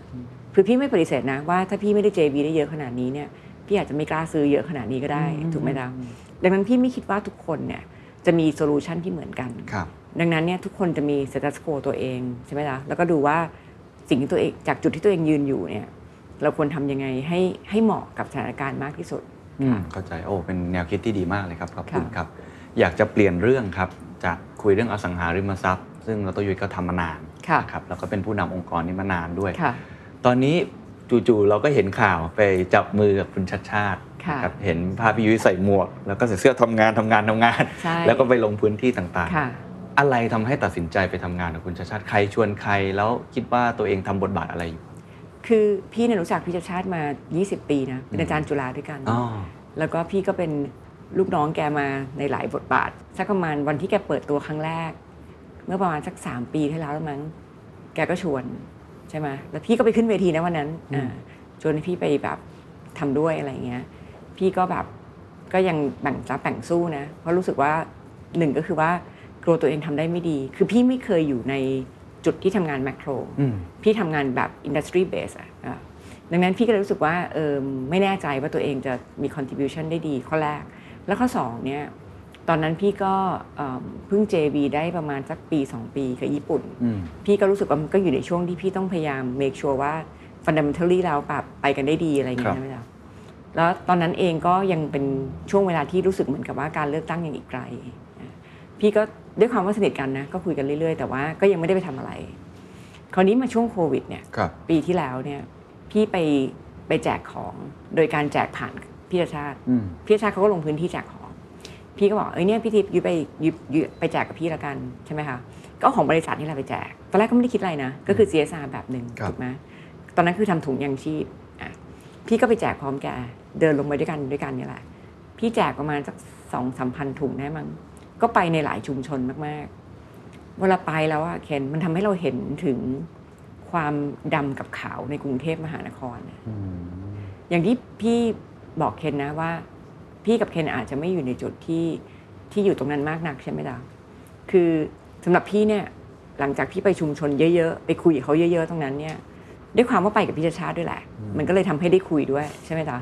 คือพี่ไม่ปฏิเสธนะว่าถ้าพี่ไม่ได้ JV ได้เยอะขนาดนี้เนี่ยพี่อาจจะไม่กล้าซื้อเยอะขนาดนี้ก็ได้ถูกไหมล่ะดังนั้นพี่ไม่คิดว่าทุกคนเนี่ยจะมีโซลูชันที่เหมือนกัน
ครับ
ดังนั้นเนี่ยทุกคนจะมีส t ต s สโ o ตัวเองใช่ไหมล่ะแล้วก็ดูว่าสิ่งที่ตัวเองจากจุดที่ตัวเองยืนอยู่เนี่ยเราควรทำยังไงให้ให้เหมาะกับสถานการณ์มากที่สุด
อืมเข้าใจโอ้เป็นแนวคิดที่ดีมากเลยครับขอบคุณ
ค่ะ
ครับ อยากจะเปลี่ยนเรื่องครับ จากคุยเรื่องอสังหาริมทรัพย์ ซึ่งเราตัวยุ้ยก็ทำมานาน
ค่ะ
นะครับแล้วก็เป็นผู้นำองค์กรนี้มานานด้วย
ค่ะ
ตอนนี้จู่ๆเราก็เห็นข่าวไปจับมือกับคุณชัดชาติ
ค่ะ
นะครับเห็นภาพพี่ยุ้ยใส่หมวก แล้วก็ใส่เสื้อทำงานทำงานทำงาน
ใช่
แล้วก็ไปลงพื้นที่ต่างๆ
ค่ะ
อะไรทำให้ตัดสินใจไปทำงานกับคุณชาชาติใครชวนใครแล้วคิดว่าตัวเองทำบทบาทอะไรอยู่
คือพี่เนี่ยรู้จักพี่ชัดชาติมา 20 ปีนะเป็นอาจารย์จุฬาด้วยกัน แล้วก็พี่ก็เป็นลูกน้องแกมาในหลายบทบาท สักประมาณวันที่แกเปิดตัวครั้งแรก เมื่อประมาณสักสามปีที่แล้วแล้วมั้งแกก็ชวนใช่ไหมแล้วพี่ก็ไปขึ้นเวทีนะวันนั้นอ่าชวนให้พี่ไปแบบทำด้วยอะไรเงี้ย พี่ก็แบบก็ยังแบ่งรับแบ่งสู้นะ เพราะรู้สึกว่าหนึ่งก็คือว่ากลัวตัวเองทำได้ไม่ดี คือพี่ไม่เคยอยู่ในจุดที่ทำงานแมคโคร พี่ทำงานแบบอินดัสทรีเบสอะอ่ะดังนั้นพี่ก็เลยรู้สึกว่าเออไม่แน่ใจว่าตัวเองจะมี contribution ได้ดีข้อแรก แล้วข้อสองเนี่ยตอนนั้นพี่ก็เอิ่มเพิ่ง JV ได้ประมาณสักปี 2 ปีกับญี่ปุ่น
อืม
พี่ก็รู้สึกว่ามันก็อยู่ในช่วงที่พี่ต้องพยายาม make sure ว่า fundamentally เราปรับไปกันได้ดีอะไรอย่างเงี้ย
ครับ
ใช่ไหมล่ะแล้วตอนนั้นเองก็ยังเป็นช่วงเวลาที่รู้สึกเหมือนกับว่าการเลือกตั้งยังอีกไกล พี่ก็ด้วยความว่าสนิทกันนะก็คุยกันเรื่อยๆ แต่ว่าก็ยังไม่ได้ไปทำอะไร คราวนี้มาช่วงโควิดเนี่ย
ครับ
ปีที่แล้วเนี่ยพี่ไปไปแจกของโดยการแจกผ่านพี่ชาติ
อืม
พี่ชาติเขาก็ลงพื้นที่แจกของ พี่ก็บอกเอ้ยเนี่ยพี่ทิพย์ยุ้ยไปยุ้ยยุ้ยไปแจกกับพี่ละกันใช่ไหมคะก็เอาของบริษัทนี่แหละไปแจกตอนแรกก็ไม่ได้คิดอะไรนะ ก็คือ CSR แบบหนึ่ง
ครับ
ถูกไหมตอนนั้นคือทำถุงยางชีพอ่ะพี่ก็ไปแจกพร้อมแกเดินลงไปด้วยกันด้วยกันเนี่ยแหละ พี่แจกประมาณสักสองสามพันถุงได้มั้งก็ไปในหลายชุมชนมากๆเวลาไปแล้วอะเคนมันทำให้เราเห็นถึง ความดำกับขาวในกรุงเทพมหานครน่ะอย่างที่พี่บอกเคนนะว่า พี่กับเคนอาจจะไม่อยู่ในจุดที่ที่อยู่ตรงนั้นมากนักใช่ไหมล่ะคือสำหรับพี่เนี่ยหลังจากพี่ไปชุมชนเยอะๆ ไปคุยกับเขาเยอะๆ ตรงนั้นเนี่ยด้วยความว่าไปกับพี่ชาชาติด้วยแหละ มันก็เลยทำให้ได้คุยด้วยใช่ไหมล่ะ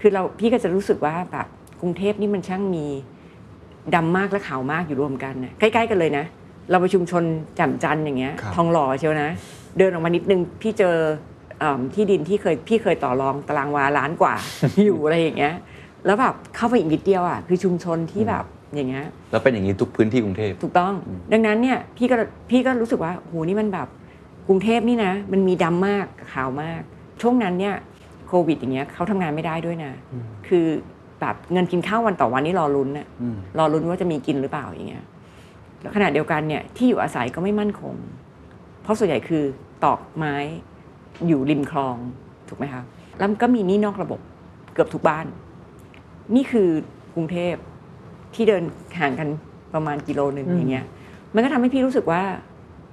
คือเราพี่ก็จะรู้สึกว่าแบบกรุงเทพนี่มันช่างมี ดำมากและขาวมากอยู่รวมกันนะใกล้ๆกันเลยนะ เราไปชุมชนแจ่มจันทร์อย่างเงี้ย
ครับ
ทองหล่อเชียวนะ เดินออกมานิดนึงพี่เจอเอมที่ดินที่เคยพี่เคยต่อรองตารางวาล้านกว่า อยู่อะไรอย่างเงี้ย แล้วแบบเข้าไปอีกนิดเดียวอ่ะคือชุมชนที่แบบอย่างเงี้ย
แล้วเป็นอย่างนี้ทุกพื้นที่กรุงเทพ
ถูกต้อง ดังนั้นเนี่ยพี่ก็พี่ก็รู้สึกว่าโหนี่มันแบบกรุงเทพนี่นะ มันมีดำมากกับขาวมาก ช่วงนั้นเนี่ยโควิดอย่างเงี้ยเขาทำงานไม่ได้ด้วยนะ คือแบบเงินกินข้าววันต่อวันนี่รอลุ้นน่ะ
อืม
รอลุ้นว่าจะมีกินหรือเปล่าอย่างเงี้ยแล้วขณะเดียวกันเนี่ยที่อยู่อาศัยก็ไม่มั่นคง เพราะส่วนใหญ่คือตอกไม้อยู่ริมคลองถูกไหมคะแล้วก็มีหนี้นอกระบบเกือบทุกบ้าน นี่คือกรุงเทพที่เดินห่างกันประมาณกิโลหนึ่งอย่างเงี้ย มันก็ทำให้พี่รู้สึกว่า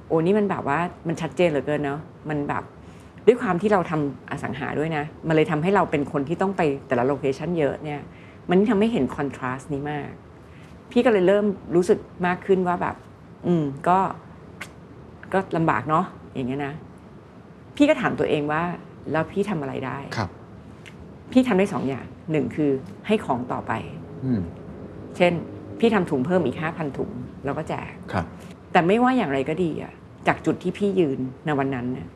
โอ้นี่มันแบบว่ามันชัดเจนเหลือเกินเนาะมันแบบด้วยความที่เราทำอสังหาด้วยนะ มันเลยทำให้เราเป็นคนที่ต้องไปแต่ละโลเคชันเยอะเนี่ย มันทำให้เห็นคอนทราสต์นี้มาก พี่ก็เลยเริ่มรู้สึกมากขึ้นว่าแบบ อืมก็ก็ลำบากเนาะอย่างเงี้ยนะ พี่ก็ถามตัวเองว่า แล้วพี่ทำอะไรได้
ครับ
พี่ทำได้สองอย่างหนึ่งคือให้ของต่อไป
อืม
เช่น พี่ทำถุงเพิ่มอีก 5,000 ถุง แล้วก็แจก
ครับ
แต่ไม่ว่าอย่างไรก็ดีอะจากจุดที่พี่ยืนในวันนั้นน่ะ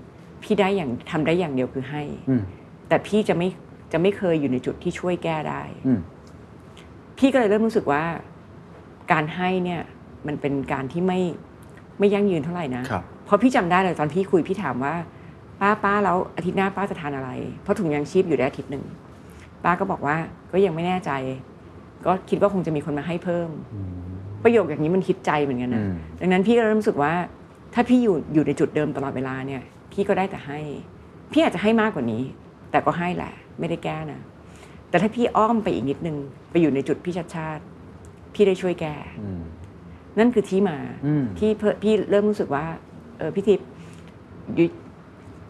พี่ได้อย่างทำได้อย่างเดียวคือให้
อืม
แต่พี่จะไม่จะไม่เคยอยู่ในจุดที่ช่วยแก้ได้
อืม
พี่ก็เลยเริ่มรู้สึกว่าการให้เนี่ยมันเป็นการที่ไม่ไม่ยั่งยืนเท่าไหร่นะครับ เพราะพี่จำได้เลยตอนพี่คุยพี่ถามว่า ป้าป้าแล้วอาทิตย์หน้าป้าจะทานอะไร เพราะถุงยางชีพอยู่ได้อาทิตย์หนึ่งป้าก็บอกว่าก็ยังไม่แน่ใจ ก็คิดว่าคงจะมีคนมาให้เพิ่ม ประโยคอย่างนี้มันคิดใจเหมือนกันนะ
อืม
ดังนั้นพี่ก็เริ่มรู้สึกว่า ถ้าพี่อยู่อยู่ในจุดเดิมตลอดเวลาเนี่ย พี่ก็ได้แต่ให้ พี่อาจจะให้มากกว่านี้ แต่ก็ให้แหละ ไม่ได้แก้นะ แต่ถ้าพี่อ้อมไปอีกนิดนึง ไปอยู่ในจุดพี่ชัดชาติ พี่ได้ช่วยแก้
อืม
นั่นคือที่มา
อืม
ที่เพิ่พี่เริ่มรู้สึกว่าเออพี่ทิพย์ยุ้ย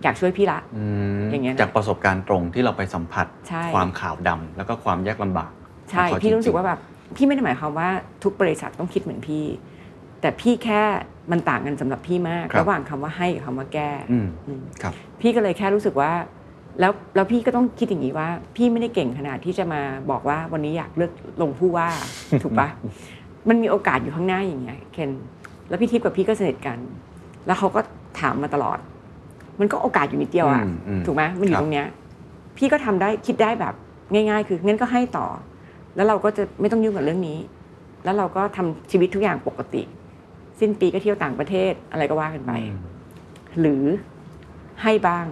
อยากช่วยพี่ละ
อืม
อย่างเงี้ยนะ
จากประสบการณ์ตรงที่เราไปสัมผัส
ใช่
ความขาวดำแล้วก็ความยากลำบาก
ใช่
ของเขา
พี่รู้สึก
จงๆ
ว่าแบบพี่ไม่ได้หมายความว่าทุกบริษัทต้องคิดเหมือนพี่ แต่พี่แค่ มันต่างกันสำหรับพี่มาก
ครับ
ระหว่างคำว่าให้กับคำว่าแก้
อืม
อืม
ครับ
พี่ก็เลยแค่รู้สึกว่า แล้วแล้วพี่ก็ต้องคิดอย่างนี้ว่า พี่ไม่ได้เก่งขนาดที่จะมาบอกว่าวันนี้อยากเลือกลงผู้ว่า ถูกปะมันมีโอกาสอยู่ข้างหน้าอย่างเงี้ยเคนแล้วพี่ทิพย์กับพี่ก็สนิทกัน แล้วเขาก็ถามมาตลอด มันก็โอกาสอยู่นิดเดียวอะ
อืมอืม
ถูกไหมมันอ
ครั
ยู่
บ
ตรงเนี้ย พี่ก็ทำได้คิดได้แบบง่าย ๆ คืองั้นก็ให้ต่อ แล้วเราก็จะไม่ต้องยุ่งกับเรื่องนี้ แล้วเราก็ทำชีวิตทุกอย่างปกติ สิ้นปีก็เที่ยวต่างประเทศอะไรก็ว่ากันไป หรือให้บ้าง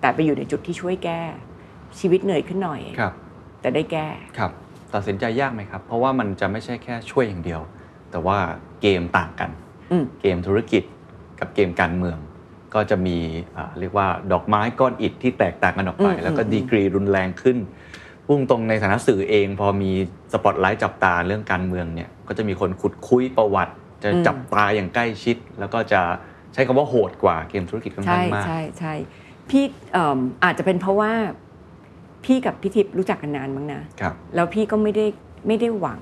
แต่ไปอยู่ในจุดที่ช่วยแก้ ชีวิตเหนื่อยขึ้นหน่อย
ครับ
แต่ได้แก้
ครับตัดสินใจยากไหมครับ เพราะว่ามันจะไม่ใช่แค่ช่วยอย่างเดียว แต่ว่าเกมต่างกัน
อืม
เกมธุรกิจกับเกมการเมือง ก็จะมีอ่าเรียกว่าดอกไม้ก้อนอิฐที่แตกต่างกันออกไป
อืม
แล้วก็
อืม
ดีกรีรุนแรงขึ้นพุ่งตรงในฐานะสื่อเอง พอมีสปอตไลท์จับตาเรื่องการเมืองเนี่ยก็จะมีคนขุดคุยประวัติ จะจับตาอย่างใกล้ชิด แล้วก็จะใช้คำว่าโหดกว่าเกมธุรกิจค่อน
ใช่
ข้างมาก
ใช่ใช่พี่เอิ่มอาจจะเป็นเพราะว่า พี่กับพี่ทิพย์รู้จักกันนานมั้งนะ
ครับ
แล้วพี่ก็ไม่ได้ไม่ได้หวัง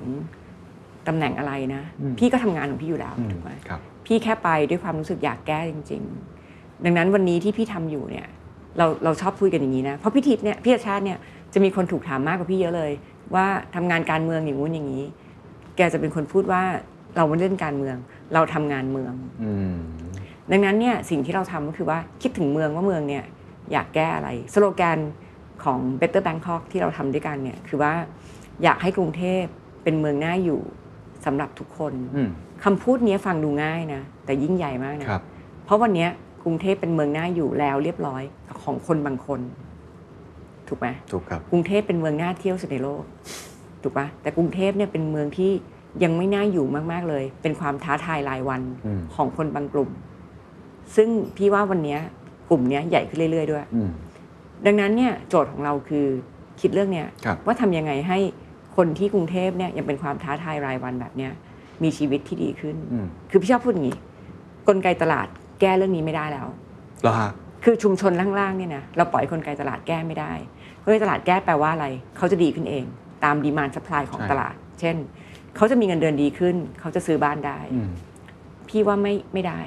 ตำแหน่งอะไรนะ
อืม
พี่ก็ทำงานของพี่อยู่แล้ว
อืม
ถูกไหม
ครับ
พี่แค่ไปด้วยความรู้สึกอยากแก้จริง ๆ ดังนั้นวันนี้ที่พี่ทำอยู่เนี่ยเราเราชอบคุยกันอย่างนี้นะ เพราะพี่ทิพย์เนี่ยพี่อาชาติเนี่ยจะมีคนถูกถามมากกว่าพี่เยอะเลย ว่าทำงานการเมืองอย่างงู้นอย่างนี้ แกจะเป็นคนพูดว่าเราไม่เล่นการเมือง เราทำงานเมือง
อืม
ดังนั้นเนี่ยสิ่งที่เราทำก็คือว่าคิดถึงเมืองว่าเมืองเนี่ยอยากแก้อะไร สโลแกนของ Better Bangkok ที่เราทำด้วยกันเนี่ยคือว่าอยากให้กรุงเทพเป็นเมืองน่าอยู่สำหรับทุกคน
อืม
คำพูดเนี้ยฟังดูง่ายนะแต่ยิ่งใหญ่มากนะ
ครับ
เพราะวันเนี้ยกรุงเทพเป็นเมืองน่าอยู่แล้วเรียบร้อยของคนบางคน ถูกไหม
ถูกครับ
กรุงเทพเป็นเมืองน่าเที่ยวสุดในโลก ถูกปะแต่กรุงเทพเนี่ยเป็นเมืองที่ยังไม่น่าอยู่มาก ๆ เลย เป็นความท้าทายรายวัน
อืม
ของคนบางกลุ่ม ซึ่งพี่ว่าวันเนี้ยกลุ่มเนี้ยใหญ่ขึ้นเรื่อย ๆ ด้วย
อืม
ดังนั้นเนี่ยโจทย์ของเราคือคิดเรื่องเนี้ย
ครับ
ว่าทำยังไงให้คนที่กรุงเทพเนี่ยยังเป็นความท้าทายรายวันแบบเนี้ยมีชีวิตที่ดีขึ้น
อืม
คือพี่ชอบพูดอย่างนี้กลไกตลาดแก้เรื่องนี้ไม่ได้แล้ว
แล้วฮะ
คือชุมชนล่างๆเนี่ยนะเราปล่อยกลไกตลาดแก้ไม่ได้กลไกตลาดแก้แปลว่าอะไร เขาจะดีขึ้นเอง ตามดีมานส u p p ายของ
ใช่
ตลาด เช่น เขาจะมีเงินเดือนดีขึ้น เขาจะซื้อบ้านได้
อืม
พี่ว่าไม่ไม่ได้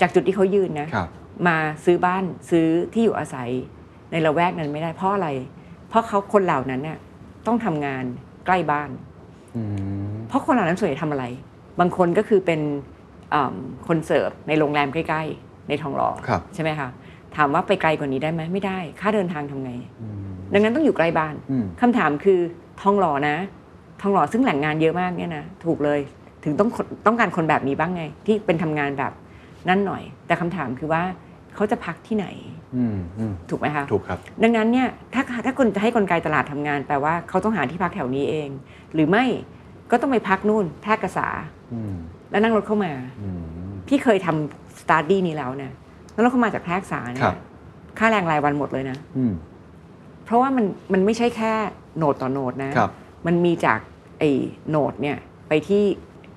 จากจุดที่เขายืนนะ
ครับ
มาซื้อบ้านซื้อที่อยู่อาศัยในละแวกนั้นไม่ได้เพราะอะไร เพราะเขาคนเหล่านั้นเนี่ยต้องทำงานใกล้บ้าน
อืม
เพราะคนเหล่านั้นส่วนใหญ่ทำอะไร บางคนก็คือเป็นอ่ำคนเสิร์ฟในโรงแรมใกล้ ๆ ในทองหล่อ
ครับ
ใช่ไหมคะถามว่าไปไกลกว่านี้ได้ไหมไม่ได้ ค่าเดินทางทำไง
อืม
ดังนั้นต้องอยู่ใกล้บ้าน
อืม
คำถามคือทองหล่อนะ ทองหล่อซึ่งแหล่งงานเยอะมากเนี่ยนะถูกเลยถึงต้องคนต้องการคนแบบนี้บ้างไง ที่เป็นทำงานแบบนั่นหน่อย แต่คำถามคือว่าเขาจะพักที่ไหน
อืมอืม
ถูกไหมคะ
ถูกครับ
ดังนั้นเนี่ยถ้าถ้าคนจะให้กลไกตลาดทำงานแปลว่าเขาต้องหาที่พักแถวนี้เอง หรือไม่ก็ต้องไปพักนู่นแพร่กษา
อืม
แล้วนั่งรถเข้ามา
อืม
พี่เคยทำสตาร์ดี้นี้แล้วนะนั่งรถเข้ามาจากแพร่กษาเนี่
ครั
ย
บ
ค่าแรงรายวันหมดเลยนะ
อืม
เพราะว่ามันมันไม่ใช่แค่โหนดต่อโหนดนะครับมันมีจากไอ้โหนดเนี่ยไปที่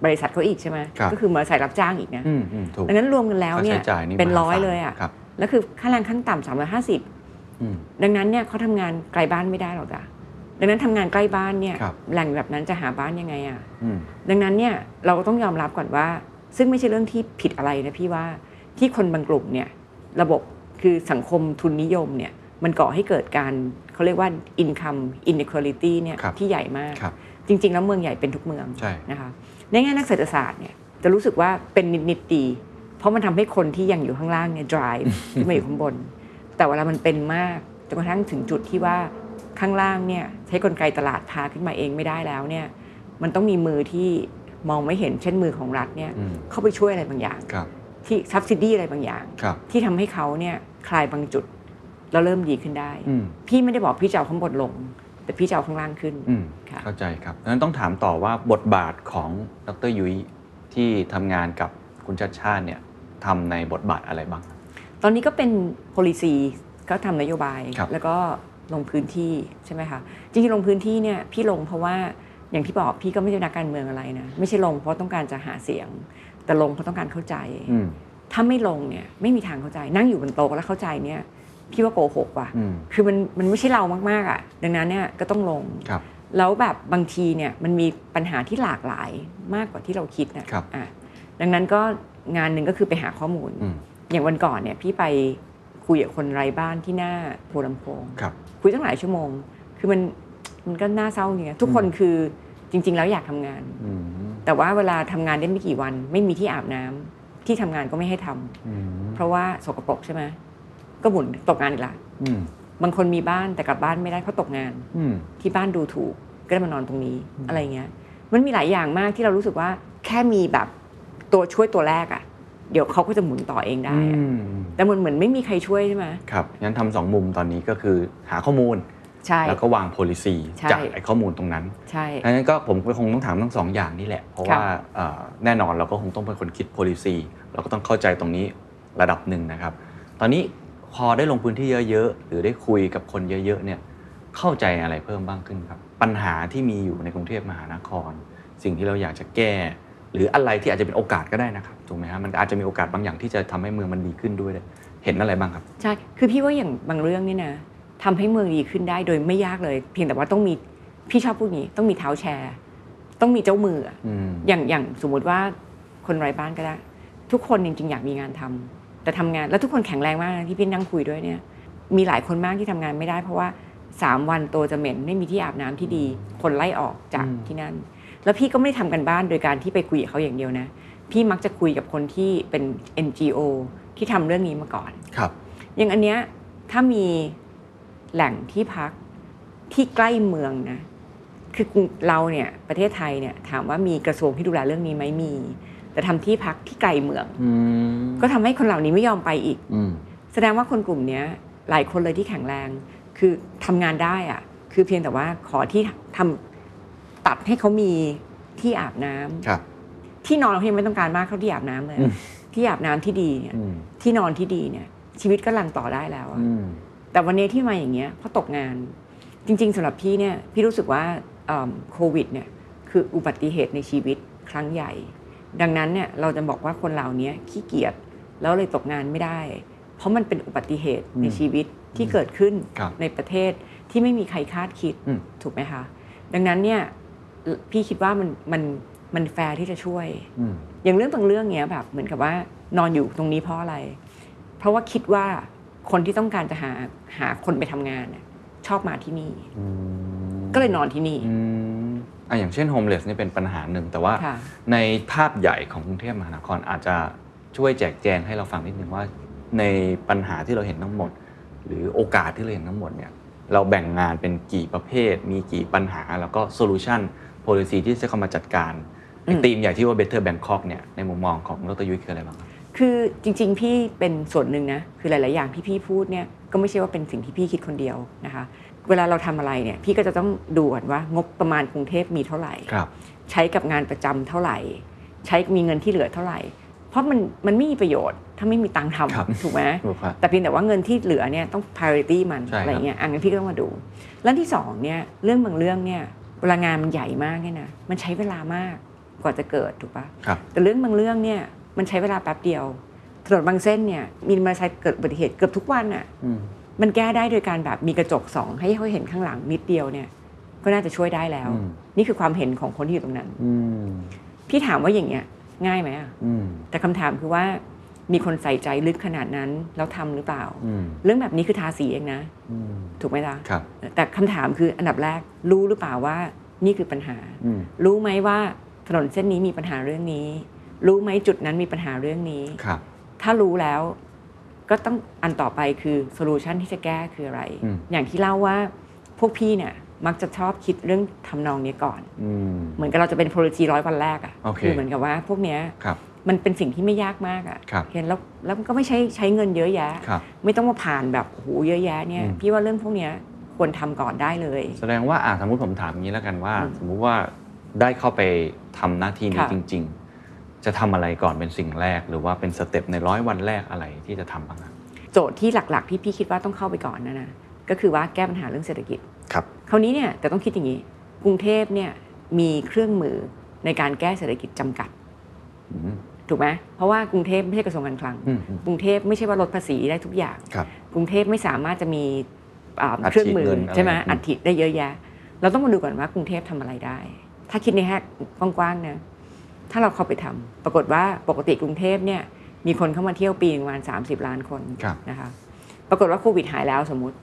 บริษัทเขาอีกใช่ไหม
ครับ
ก็คือมาใส่รับจ้างอีกนะ
อืมอืมถูก
ดังนั้นรวมกันแล้วเนี่ย
ค่าใช้จ่ายนี่
เป็น
มหาศา
ร้อยเลยอ่ะ
ครับ
แล้วคือค่าแรงขั้นต่ำสามร้อยห้าสิบ
อืม
ดังนั้นเนี่ยเขาทำงานไกลบ้านไม่ได้หรอกจ้ะดังนั้นทำงานใกล้บ้านเนี่ย
ครับ
แหล่งแบบนั้นจะหาบ้านยังไงอะ่ะ
อืม
ดังนั้นเนี่ยเราก็ต้องยอมรับก่อนว่า ซึ่งไม่ใช่เรื่องที่ผิดอะไรนะพี่ว่าที่คนบางกลุ่มเนี่ยระบบคือสังคมทุนนิยมเนี่ยมันก่อให้เกิดการเขาเรียกว่า income inequality เนี่ย
ครับ
ที่ใหญ่มาก
ครับ
จริง ๆ แล้วเมืองใหญ่เป็นทุกเมือง
ใช่
นะคะในแง่นักเศรษฐศาสตร์เนี่ยจะรู้สึกว่าเป็นนิดๆดี เพราะมันทำให้คนที่ยังอยู่ข้างล่างเนี่ย drive ขึ้นมาอยู่ข้างบน แต่เวลามันเป็นมากจนกระทั่งถึงจุดที่ว่าข้างล่างเนี่ยใช้กลไกตลาดพาขึ้นมาเองไม่ได้แล้วเนี่ยมันต้องมีมือที่มองไม่เห็นเช่นมือของรัฐเนี่ย
อืม
เข้าไปช่วยอะไรบางอย่าง
ครับ
ที่ subsidy อะไรบางอย่าง
ครับ
ที่ทำให้เขาเนี่ยคลายบางจุดแล้วเริ่มดีขึ้นได้
อืม
พี่ไม่ได้บอกพี่จะเอาข้างบนลง แต่พี่จะเอาข้างล่างขึ้น
อืม
ค่ะ
เข้าใจครับดังนั้นต้องถามต่อว่าบทบาทของดรยุ้ยที่ทำงานกับคุณชาติชาติเนี่ยทำในบทบาทอะไรบ้าง
ตอนนี้ก็เป็น policy ก็ทำนโยบาย
ครับ
แล้วก็ลงพื้นที่ใช่ไหมคะจริงๆลงพื้นที่เนี่ยพี่ลงเพราะว่าอย่างที่บอกพี่ก็ไม่ใช่นักการเมืองอะไรนะไม่ใช่ลงเพราะต้องการจะหาเสียง แต่ลงเพราะต้องการเข้าใจ
อืม
ถ้าไม่ลงเนี่ยไม่มีทางเข้าใจ นั่งอยู่บนโต๊ะแล้วเข้าใจเนี่ยพี่ว่าโกหกว่ะ
อืม
คือมันมันไม่ใช่เรามากๆอ่ะดังนั้นเนี่ยก็ต้องลง
ครับ
แล้วแบบบางทีเนี่ยมันมีปัญหาที่หลากหลายมากกว่าที่เราคิดนะครับ อ่ะดังนั้นก็ งานหนึ่งก็คือไปหาข้อมูล
อืม
อย่างวันก่อนเนี่ยพี่ไปคุยกับคนไร้บ้านที่หน้าโพลำโพง
ครับ
คุยตั้งหลายชั่วโมง คือมันมันก็น่าเศร้าเนี่ยทุกคนคือจริง ๆ แล้วอยากทำงาน
อืม
แต่ว่าเวลาทำงานได้ไม่กี่วัน ไม่มีที่อาบน้ำที่ทำงานก็ไม่ให้ทำ
อืม
เพราะว่าสกปรกใช่ไหมก็หมุนตกงานอีกละ
อืม
บางคนมีบ้านแต่กลับบ้านไม่ได้เพราะตกงาน
อืม
ที่บ้านดูถูกก็ได้มานอนตรงนี้อะไรเงี้ย มันมีหลายอย่างมากที่เรารู้สึกว่าแค่มีแบบตัวช่วยตัวแรกอะ่ะ เดี๋ยวเขาก็จะหมุนต่อเองได้อะ
อืม
แต่มันเหมือนไม่มีใครช่วยใช่ไหม
ครับงั้นทำสองมุมตอนนี้ก็คือหาข้อมูล
ใช่
แล้วก็วาง policy
ใช่
จากไอ้ข้อมูลตรงนั้น
ใช่
ดังนั้นก็ผมก็คงต้องถามทั้งสองอย่างนี่แหละ เพราะว่า
ค่ะ
เอ่อแน่นอนเราก็คงต้องเป็นคนคิด policy เราก็ต้องเข้าใจตรงนี้ระดับหนึ่งนะครับ ตอนนี้พอได้ลงพื้นที่เยอะๆ หรือได้คุยกับคนเยอะๆเนี่ยเข้าใจอะไรเพิ่มบ้างขึ้นครับ ปัญหาที่มีอยู่ในกรุงเทพมหานคร สิ่งที่เราอยากจะแก้ หรืออะไรที่อาจจะเป็นโอกาสก็ได้นะครับถูกไหมฮะมันอาจจะมีโอกาสบางอย่างที่จะทำให้เมืองมันดีขึ้นด้วยเลยเห็นอะไรบ้างครับ
ใช่ คือพี่ว่าอย่างบางเรื่องเนี่ยนะทำให้เมืองดีขึ้นได้โดยไม่ยากเลย เพียงแต่ว่าต้องมีพี่ชอบพูดอย่างนี้ต้องมีเท้าแชร์ ต้องมีเจ้ามืออะ
อืม
อย่างอย่างสมมุติว่าคนไร้บ้านก็ได้ ทุกคนจริงๆอยากมีงานทำแต่ทำงานแล้วทุกคนแข็งแรงมากนะที่พี่นั่งคุยด้วยเนี่ยมีหลายคนมากที่ทำงานไม่ได้ เพราะว่าสามวันตัวจะเหม็นไม่มีที่อาบน้ำที่ดี คนไล่ออกจาก
อืม
ที่นั่น แล้วพี่ก็ไม่ได้ทำกันบ้านโดยการที่ไปคุยกับเขาอย่างเดียวนะ พี่มักจะคุยกับคนที่เป็น NGO ที่ทำเรื่องนี้มาก่อน
ครับ
อย่างอันเนี้ยถ้ามีแหล่งที่พักที่ใกล้เมืองนะคือกรุงเราเนี่ยประเทศไทยเนี่ยถามว่ามีกระทรวงที่ดูแลเรื่องนี้ไหมมี แต่ทำที่พักที่ไกลเมือง
อืม
ก็ทำให้คนเหล่านี้ไม่ยอมไปอีก
อืม
แสดงว่าคนกลุ่มเนี้ยหลายคนเลยที่แข็งแรง คือทำงานได้อะคือเพียงแต่ว่าขอที่ทำตัดให้เขามีที่อาบน้ำ
ครับ
ที่นอนเขายังไม่ต้องการมากเท่าที่อาบน้ำเลยอะ
อืม
ที่อาบน้ำที่ดีเนี่ย
อืม
ที่นอนที่ดีเนี่ย ชีวิตก็รันต่อได้แล้วอะ
อืม
แต่วันนี้ที่มาอย่างเงี้ยเพราะตกงานจริง ๆสำหรับพี่เนี่ยพี่รู้สึกว่าเอิ่มโควิดเนี่ยคืออุบัติเหตุในชีวิตครั้งใหญ่ ดังนั้นเนี่ยเราจะบอกว่าคนเหล่านี้ขี้เกียจแล้วเลยตกงานไม่ได้ เพราะมันเป็นอุบัติเหตุในชีวิตที่เกิดขึ้น
ครับ
ในประเทศที่ไม่มีใครคาดคิด
อืม
ถูกไหมคะดังนั้นเนี่ยพี่คิดว่ามันมันมันแฟร์ที่จะช่วย
อืม
อย่างเรื่องบางเรื่องเนี้ยแบบเหมือนกับว่านอนอยู่ตรงนี้เพราะอะไร เพราะว่าคิดว่าคนที่ต้องการจะหาหาคนไปทำงานน่ะชอบมาที่นี่
อืม
ก็เลยนอนที่นี่
อืมอ่ะอย่างเช่นโฮมเลสนี่เป็นปัญหาหนึ่ง แต่ว่า
ค่ะ
ในภาพใหญ่ของกรุงเทพมหานครอาจจะช่วยแจกแจงให้เราฟังนิดนึงว่า ในปัญหาที่เราเห็นทั้งหมด หรือโอกาสที่เราเห็นทั้งหมดเนี่ยเราแบ่งงานเป็นกี่ประเภท มีกี่ปัญหาแล้วก็โซลูชันโพลิซีที่จะเข้ามาจัดการใน
อืม
ธีมใหญ่ที่ว่า Better Bangkok เนี่ยในมุมมองของรัตยุทธคืออะไรบ้างครับ
คือจริง ๆ พี่เป็นส่วนหนึ่งนะคือหลาย ๆ อย่างที่พี่พูดเนี่ยก็ไม่ใช่ว่าเป็นสิ่งที่พี่คิดคนเดียวนะคะ เวลาเราทำอะไรเนี่ยพี่ก็จะต้องดูก่อนว่างบประมาณกรุงเทพมีเท่าไหร่
ครับ
ใช้กับงานประจำเท่าไหร่ ใช้มีเงินที่เหลือเท่าไหร่ เพราะมันมันไม่มีประโยชน์ถ้าไม่มีตังค์
ครับ
ทำถูกไหม
ถูกครับ
แต่เพียงแต่ว่าเงินที่เหลือเนี่ยต้อง priority มัน
ใช่ครับ
อะไรเงี้ยอันนั้นพี่ก็ต้องมาดู แล้วที่สองเนี่ยเรื่องบางเรื่องเนี่ยเวลางานมันใหญ่มากเนี่ยนะมันใช้เวลามากกว่าจะเกิดถูกปะ
ครับ
แต่เรื่องบางเรื่องเนี่ยมันใช้เวลาแป๊บเดียวถนนบางเส้นเนี่ยมีมอเตอร์ไซค์เกิดอุบัติเหตุเกือบทุกวันอ่ะ
อืม
มันแก้ได้โดยการแบบมีกระจกสองให้เขาเห็นข้างหลังนิดเดียวเนี่ยก็น่าจะช่วยได้แล้ว
อืม
นี่คือความเห็นของคนที่อยู่ตรงนั้น
อืม
พี่ถามว่าอย่างเงี้ยง่ายไหมอ่ะ
อืม
แต่คำถามคือว่ามีคนใส่ใจลึกขนาดนั้นแล้วทำหรือเปล่า
อืม
เรื่องแบบนี้คือทาสีเองนะ
อืม
ถูกไหมล่ะ
ครับ
แต่คำถามคืออันดับแรกรู้หรือเปล่าว่านี่คือปัญหา
อืม
รู้ไหมว่าถนนเส้นนี้มีปัญหาเรื่องนี้ รู้ไหมจุดนั้นมีปัญหาเรื่องนี้
ครับ
ถ้ารู้แล้วก็ต้องอันต่อไปคือโซลูชันที่จะแก้คืออะไร
อืม
อย่างที่เล่าว่าพวกพี่เนี่ยมักจะชอบคิดเรื่องทำนองเนี้ยก่อน
อืม
เหมือนกับเราจะเป็น policy ร้อยวันแรกอะ
โอเค
คือเหมือนกับว่าพวกเนี้ย
ครับ
มันเป็นสิ่งที่ไม่ยากมากอะ
ครับ
เห็นแล้วแล้วมันก็ไม่ใช้ใช้เงินเยอะแยะ
ครับ
ไม่ต้องมาผ่านแบบโอ้โหเยอะแยะเนี่ย
อืม
พี่ว่าเรื่องพวกเนี้ยควรทำก่อนได้เลย
แสดงว่าอ่ะสมมติผมถามอย่างนี้แล้วกันว่า
อืม
สมมุติว่าได้เข้าไปทำหน้าที่นี้
ค่ะ
จริง ๆ จะทำอะไรก่อนเป็นสิ่งแรก หรือว่าเป็นสเต็ปในร้อยวันแรกอะไรที่จะทำบ้างอะ
โจทย์ที่หลักๆที่พี่คิดว่าต้องเข้าไปก่อนนะนะก็คือว่าแก้ปัญหาเรื่องเศรษฐกิจ
ครับ
คราวนี้เนี่ยแต่ต้องคิดอย่างนี้ กรุงเทพเนี่ยมีเครื่องมือในการแก้เศรษฐกิจจำกัด
อืม
ถูกไหมเพราะว่ากรุงเทพไม่ใช่กระทรวงการคลัง
อืมอืม
กรุงเทพไม่ใช่ว่าลดภาษีได้ทุกอย่าง
ครับ
กรุงเทพไม่สามารถจะมีอ่า
อัดฉีด
เครื่องมือ
เงินอะไร
ใช่ไหม
อืม
อัดฉีดได้เยอะแยะ เราต้องมาดูก่อนว่ากรุงเทพทำอะไรได้ ถ้าคิดในแง่กว้างๆนะ ถ้าเราเข้าไปทำปรากฏว่าปกติกรุงเทพเนี่ยมีคนเข้ามาเที่ยวปีหนึ่งประมาณ30 ล้านคน
ครับ
นะคะปรากฏว่าโควิดหายแล้วสมมติ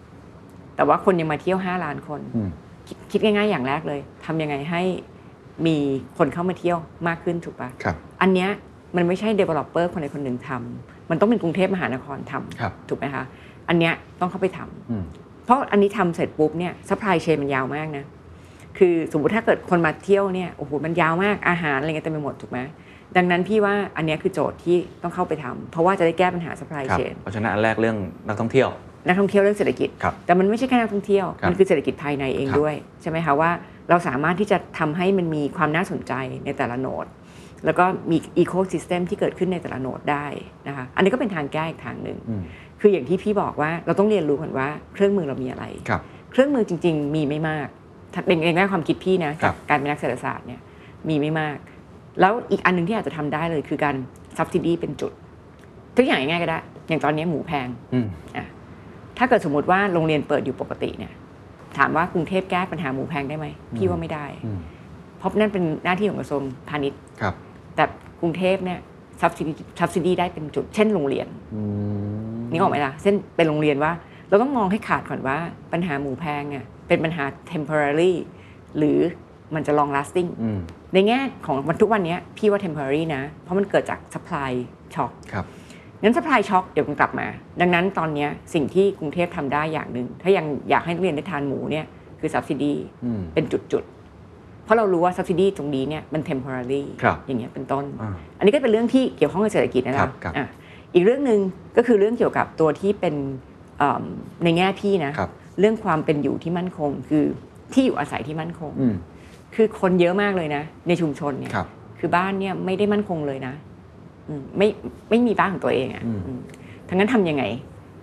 แต่ว่าคนยังมาเที่ยว 5 ล้านคน
อืม
คิดคิดง่ายๆอย่างแรกเลยทำยังไงให้มีคนเข้ามาเที่ยวมากขึ้นถูกปะ
ครับ
อันเนี้ยมันไม่ใช่ developer คนใดคนหนึ่งทำมันต้องเป็นกรุงเทพมหานครทำ
ครับ
ถูกไหมคะ อันเนี้ยต้องเข้าไปทำ
อืม
เพราะอันนี้ทำเสร็จปุ๊บเนี่ย supply chain มันยาวมากนะ คือสมมุติถ้าเกิดคนมาเที่ยวเนี่ยโอ้โหมันยาวมากอาหารอะไรเงี้ยเต็มไปหมดถูกไหมดังนั้นพี่ว่าอันเนี้ยคือโจทย์ที่ต้องเข้าไปทำเพราะว่าจะได้แก้ปัญหา supply
ครับ
chain
เพราะฉะนั้นอันแรกเรื่องนักท่องเที่ยว
นักท่องเที่ยวเรื่องเศรษฐกิจ
ครับ
แต่มันไม่ใช่แค่นักท่องเที่ยว
ครับ
มัคือเศรษฐกิจภายในเอง
ครับ
ด้วย ใช่ไหมคะว่าเราสามารถที่จะทำให้มันมีความน่าสนใจในแต่ละโหนด แล้วก็มีอีโคซิสเต็มที่เกิดขึ้นในแต่ละโหนดได้นะคะ อันนี้ก็เป็นทางแก้อีกทางหนึ่ง
อืม
คืออย่างที่พี่บอกว่าเราต้องเรียนรู้ก่อนว่าเครื่องมือเรามีอะไร
ครับ
เครื่องมือจริง ๆ มีไม่มากถ้าเป็นในแง่ความคิดพี่นะ
ครั
จาก
บ
การเป็นนักเศรษฐศาสตร์เนี่ยมีไม่มาก แล้วอีกอันหนึงที่อาจจะทำได้เลยคือการ subsidy เป็นจุดทุกอย่างง่ายๆก็ได้ อย่างตอนนี้หมูแพง
อืม
ถ้าเกิดสมมติว่าโรงเรียนเปิดอยู่ปกติเนี่ยถามว่ากรุงเทพแก้ปัญหาหมูแพงได้ไหมพี่ว่าไม่ได้
อืม
เพราะนั่นเป็นหน้าที่ของกระทรวงพาณิชย์
ครับ
แต่กรุงเทพเนี่ยสับซิดีสับซิดีได้เป็นจุดเช่นโรงเรียน
อืม
นึกออกไหมล่ะเช่นเป็นโรงเรียนว่า เราต้องมองให้ขาดก่อนว่าปัญหาหมูแพงเนี่ยเป็นปัญหา temporary หรือมันจะ long lasting
อืม
ในแง่ของวันทุกวันเนี้ยพี่ว่า temporary นะ เพราะมันเกิดจาก supply shock
ครับ
งั้นส p ายช็อคเดี๋ยวมันกลับมา ดังนั้นตอนเนี้ยสิ่งที่กรุงเทพทำได้อย่างหนึ่ง ถ้ายังอยากให้นักเรียนได้ทานหมูเนี่ยคือ subsidy
อืม
เป็นจุดๆ เพราะเรารู้ว่า subsidy ตรงนี้เนี่ยมัน temporary
ครับ
อย่างเงี้ยเป็นต้น
อ่า
อันนี้ก็เป็นเรื่องที่เกี่ยวข้องกับเศรษฐกิจนะ
ครั
คะ
บครับ
อ่ะอีกเรื่องหนึ่งก็คือเรื่องเกี่ยวกับตัวที่เป็นเอิ่มในแง่พี่นะครับ เรื่องความเป็นอยู่ที่มั่นคง คือที่อยู่อาศัยที่มั่นคง
อืม
คือคนเยอะมากเลยนะ ในชุมชนเนี่ย
ครับ
อบ้านเนี่ยไม่ได้มั่นคงเลยนะอืมไม่ไม่มีบ้านของตัวเองอะ่ะ
อืม
อืมทั้งนั้นทำยังไง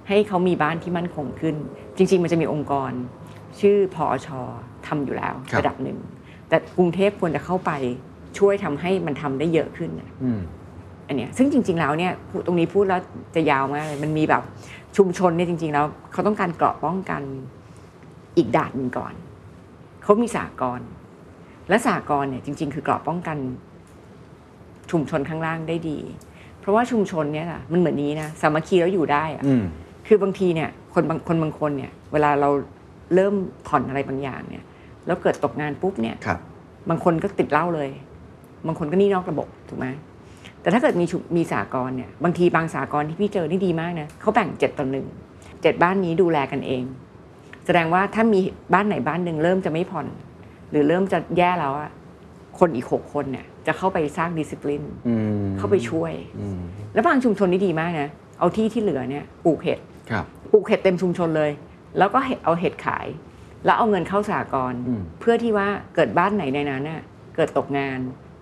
ให้เขามีบ้านที่มั่นคงขึ้น จริง ๆ มันจะมีองค์กร ชื่อพอชทำอยู่แล้วระดับหนึ่ง แต่กรุงเทพควรจะเข้าไปช่วยทำให้มันทำได้เยอะขึ้นน่ะ
อืม
อันเนี้ยซึ่งจริง ๆ แล้วเนี่ยพูดตรงนี้พูดแล้วจะยาวมากเลยมันมีแบบชุมชนเนี่ยจริง ๆ แล้วเขาต้องการเกราะป้องกันอีกด่านหนึ่งก่อน เขามีสากรณ์และสากรณ์เนี่ยจริง ๆ คือเกราะป้องกัน ชุมชนข้างล่างได้ดี เพราะว่าชุมชนเนี่ยน่ะมันเหมือนนี้นะสามัคคีแล้วอยู่ได้อะ
อืม
คือบางทีเนี่ยคนบางคนบางคนเนี่ยเวลาเราเริ่มผ่อนอะไรบางอย่างเนี่ยแล้วเกิดตกงานปุ๊บเนี่ย
ครับ
บางคนก็ติดเหล้าเลย บางคนก็หนี่นอกระบบถูกไหมแต่ถ้าเกิดมีชุมมีสากลเนี่ยบางทีบางสากลที่พี่เจอนี่ดีมากนะเขาแบ่งเจ็ดต่อหนึ่งเจ็ดบ้านนี้ดูแลกันเอง แสดงว่าถ้ามีบ้านไหนบ้านหนึ่งเริ่มจะไม่ผ่อน หรือเริ่มจะแย่แล้วอะคนอีกหกคนเนี่ยจะเข้าไปสร้างดิสซิปลิน
อืม
เข้าไปช่วย
อืม
แล้วบางชุมชนนี่ดีมากนะเอาที่ที่เหลือเนี่ยปลูกเห็ด
ครับ
ปลูกเห็ดเต็มชุมชนเลย แล้วก็เห็ดเอาเห็ดขาย แล้วเอาเงินเข้าสากล
อืม
เพื่อที่ว่าเกิดบ้านไหนในนั้นน่ะเกิดตกงาน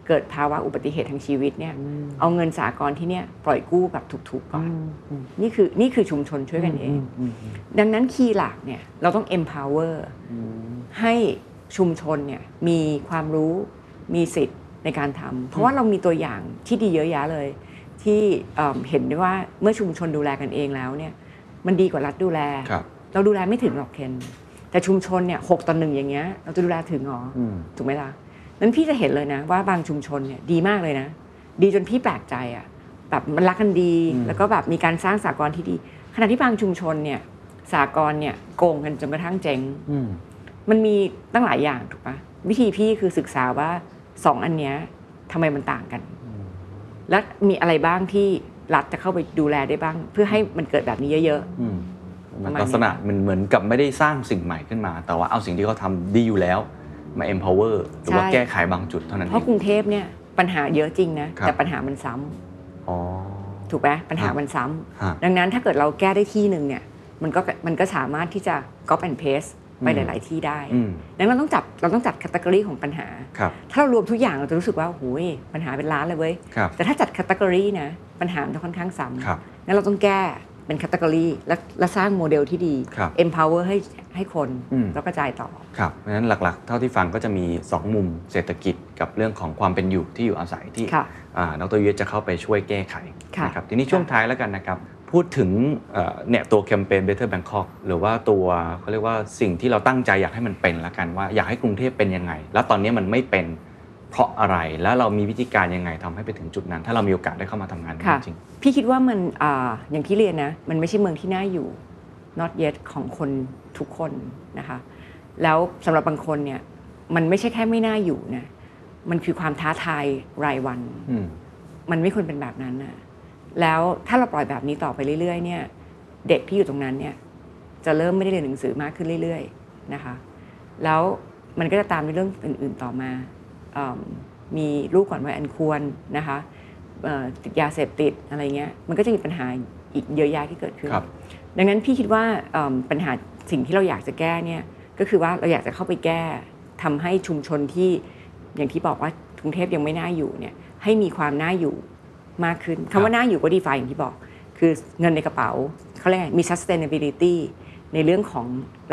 เกิดภาวะอุบัติเหตุทางชีวิตเนี่ยเอาเงินสากลที่เนี่ยปล่อยกู้แบบถูกๆก่อนนี่คือนี่คือชุมชนช่วยกันเอง ดังนั้นคีย์หลักเนี่ยเราต้อง empower ให้ชุมชนเนี่ยมีความรู้มีสิทธิ์ในการทำเพราะว่าเรามีตัวอย่างที่ดีเยอะแยะเลย ที่เอิ่มเห็นได้ว่าเมื่อชุมชนดูแลกันเองแล้วเนี่ยมันดีกว่ารัฐดูแล
ครับ
เราดูแลไม่ถึงหรอกเคนแต่ชุมชนเนี่ยหกต่อหนึ่งอย่างเงี้ยเราจะดูแลถึงหรออ
อืม
ถูกไหมล่ะนั้นพี่จะเห็นเลยนะว่าบางชุมชนเนี่ยดีมากเลยนะ ดีจนพี่แปลกใจอะ่ะแบบมันรักกันดี แล้วก็แบบมีการสร้างสากลที่ดี ขณะที่บางชุมชนเนี่ยสากลเนี่ยโกงกันจนกระทั่งเจ๊ง
อืม
มันมีตั้งหลายอย่างถูกปะวิธีพี่คือศึกษาว่าสองอันเนี้ยทำไมมันต่างกัน และมีอะไรบ้างที่รัฐจะเข้าไปดูแลได้บ้าง เพื่อให้มันเกิดแบบนี้เยอะ
อืมมัน
ประมาณนี้
ลักษณะมันเหมือนกับไม่ได้สร้างสิ่งใหม่ขึ้นมา แต่ว่าเอาสิ่งที่เขาทำดีอยู่แล้ว มา empower หรือว่าแก้ไขบางจุดเท่านั้
ๆ
น
เพ
เอ
ราะ
ง
กรุงเทพเนี่ยปัญหาเยอะจริงนะครับ แต่ปัญหามันซ้ำ
อ๋อ
ถูกไหมปัญหา
ครับ
มันซ้ำ
ฮะ
ดังนั้นถ้าเกิดเราแก้ได้ที่หนึ่งเนี่ยมันก็มันก็สามารถที่จะ copy and paste ไป
อืม
หลาย ๆ ที่ได้
อืม
ดังนั้นเราต้องจับเราต้องจัด category ของปัญหา
ครับ
ถ้าเรารวมทุกอย่างเราจะรู้สึกว่าโอ้โหยปัญหาเป็นล้านเลยเว้ย
ครับ
แต่ถ้าจัดแคตตากรีนะปัญหามันจะค่อนข้างซ้ำ
ครับ
งั้นเราต้องแก้เป็นแคตตากรีและและสร้างโมเดลที่ดี
ครับ
empower ให้ให้คน
อืม
แล้วกระจายต่อ
ครับ เพราะฉะนั้นหลักๆ เท่าที่ฟังก็จะมี 2 มุมเศรษฐกิจกับเรื่องของความเป็นอยู่ที่อยู่อาศัยที่
ค่ะ
อ่าดรยุทธจะเข้าไปช่วยแก้ไข
ค่ะ
นะครับทีนี้ช่วงท้ายแล้วกันนะครับ พูดถึงเอ่อเนี่ยตัวแคมเปญ Better Bangkok หรือว่าตัวเขาเรียกว่าสิ่งที่เราตั้งใจอยากให้มันเป็นละกันว่าอยากให้กรุงเทพเป็นยังไง แล้วตอนนี้มันไม่เป็น เพราะอะไรแล้วเรามีวิธีการยังไงทำให้ไปถึงจุดนั้น ถ้าเรามีโอกาสได้เข้ามาทำงาน
ค่ะ
จริง
พี่คิดว่ามันอาอย่างที่เรียนนะ มันไม่ใช่เมืองที่น่าอยู่ not yet ของคนทุกคนนะคะ แล้วสำหรับบางคนเนี่ยมันไม่ใช่แค่ไม่น่าอยู่นะมันคือความท้าทายรายวัน
อืม
มันไม่ควรเป็นแบบนั้นน่ะ แล้วถ้าเราปล่อยแบบนี้ต่อไปเรื่อย ๆ เนี่ย เด็กที่อยู่ตรงนั้นเนี่ย จะเริ่มไม่ได้เรียนหนังสือมากขึ้นเรื่อย ๆ นะคะ แล้วมันก็จะตามในเรื่องอื่น ๆ ต่อมาเอิ่มมีลูกก่อนวัยอันควรนะคะเอ่อติดยาเสพติดอะไรเงี้ย มันก็จะมีปัญหาอีกเยอะแยะที่เกิดขึ้น
ครับ
ดังนั้นพี่คิดว่าเอิ่มปัญหาสิ่งที่เราอยากจะแก้เนี่ยก็คือว่าเราอยากจะเข้าไปแก้ทำให้ชุมชนที่อย่างที่บอกว่ากรุงเทพยังไม่น่าอยู่เนี่ยให้มีความน่าอยู่มากขึ้นคำว่าน่าอยู่ก็ดีไฟอย่างที่บอก คือเงินในกระเป๋าเขาเรียกไงมี sustainability ในเรื่องของ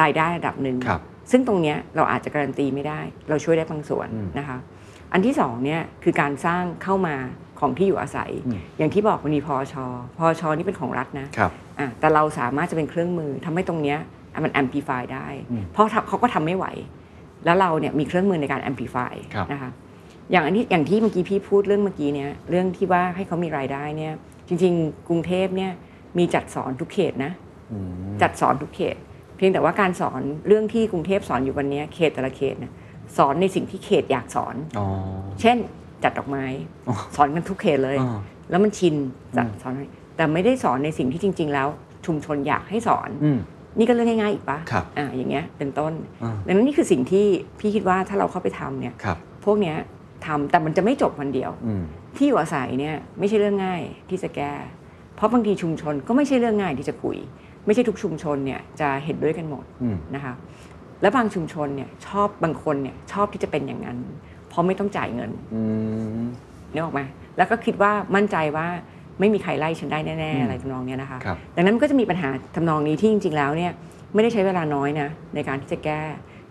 รายได้ระดับหนึ่ง
ครับ
ซึ่งตรงเนี้ยเราอาจจะการันตีไม่ได้ เราช่วยได้บางส่วน
อืม
นะคะ อันที่สองเนี่ยคือการสร้างเข้ามาของที่อยู่อาศัย
อืม
อย่างที่บอกมันมีพอชอพอชอนี่เป็นของรัฐนะ
ครับ
อ่ะแต่เราสามารถจะเป็นเครื่องมือทำให้ตรงเนี้ยอ่ะมัน amplify ได้
อืม
เพราะเขาก็ทำไม่ไหว แล้วเราเนี่ยมีเครื่องมือในการ amplify
ครับ
นะคะอย่างอันที่อย่างที่เมื่อกี้พี่พูดเรื่องเมื่อกี้เนี่ยเรื่องที่ว่าให้เขามีรายได้เนี่ยจริงๆ กรุงเทพเนี่ยมีจัดสอนทุกเขตนะ
อืม
จัดสอนทุกเขต เพียงแต่ว่าการสอนเรื่องที่กรุงเทพสอนอยู่วันเนี้ยเขตแต่ละเขตนะสอนในสิ่งที่เขตอยากสอน
อ๋อ
เช่น จัดดอกไม้
อ๋อ
สอนกันทุกเขตเลย
อ่า
แล้วมันชินจะ
อืม
สอนให้แต่ไม่ได้สอนในสิ่งที่จริง ๆ แล้ว ชุมชนอยากให้สอน
อืม
นี่ก็เรื่องง่ายๆอีกปะ
ครับ
อ่าอย่างเงี้ยเป็นต้น
อ่า
ดังนั้นนี่คือสิ่งที่พี่คิดว่าถ้าเราเข้าไปทำเนี่ย
ครับ
พวกเนี้ยทำแต่มันจะไม่จบวันเดียว
อืม
ที่อยู่อาศัยเนี่ยไม่ใช่เรื่องง่ายที่จะแก้ เพราะบางทีชุมชนก็ไม่ใช่เรื่องง่ายที่จะคุย ไม่ใช่ทุกชุมชนเนี่ยจะเห็นด้วยกันหมด
อืม
นะคะและบางชุมชนเนี่ยชอบบางคนเนี่ยชอบที่จะเป็นอย่างนั้น เพราะไม่ต้องจ่ายเงิน
อืม
นึกออกไหมแล้วก็คิดว่ามั่นใจว่าไม่มีใครไล่ฉันได้แน่ๆอะไรทำนองเนี้ยนะคะ
ครับ
ดังนั้นมันก็จะมีปัญหาทำนองนี้ที่จริง ๆ แล้วเนี่ยไม่ได้ใช้เวลาน้อยนะในการที่จะแก้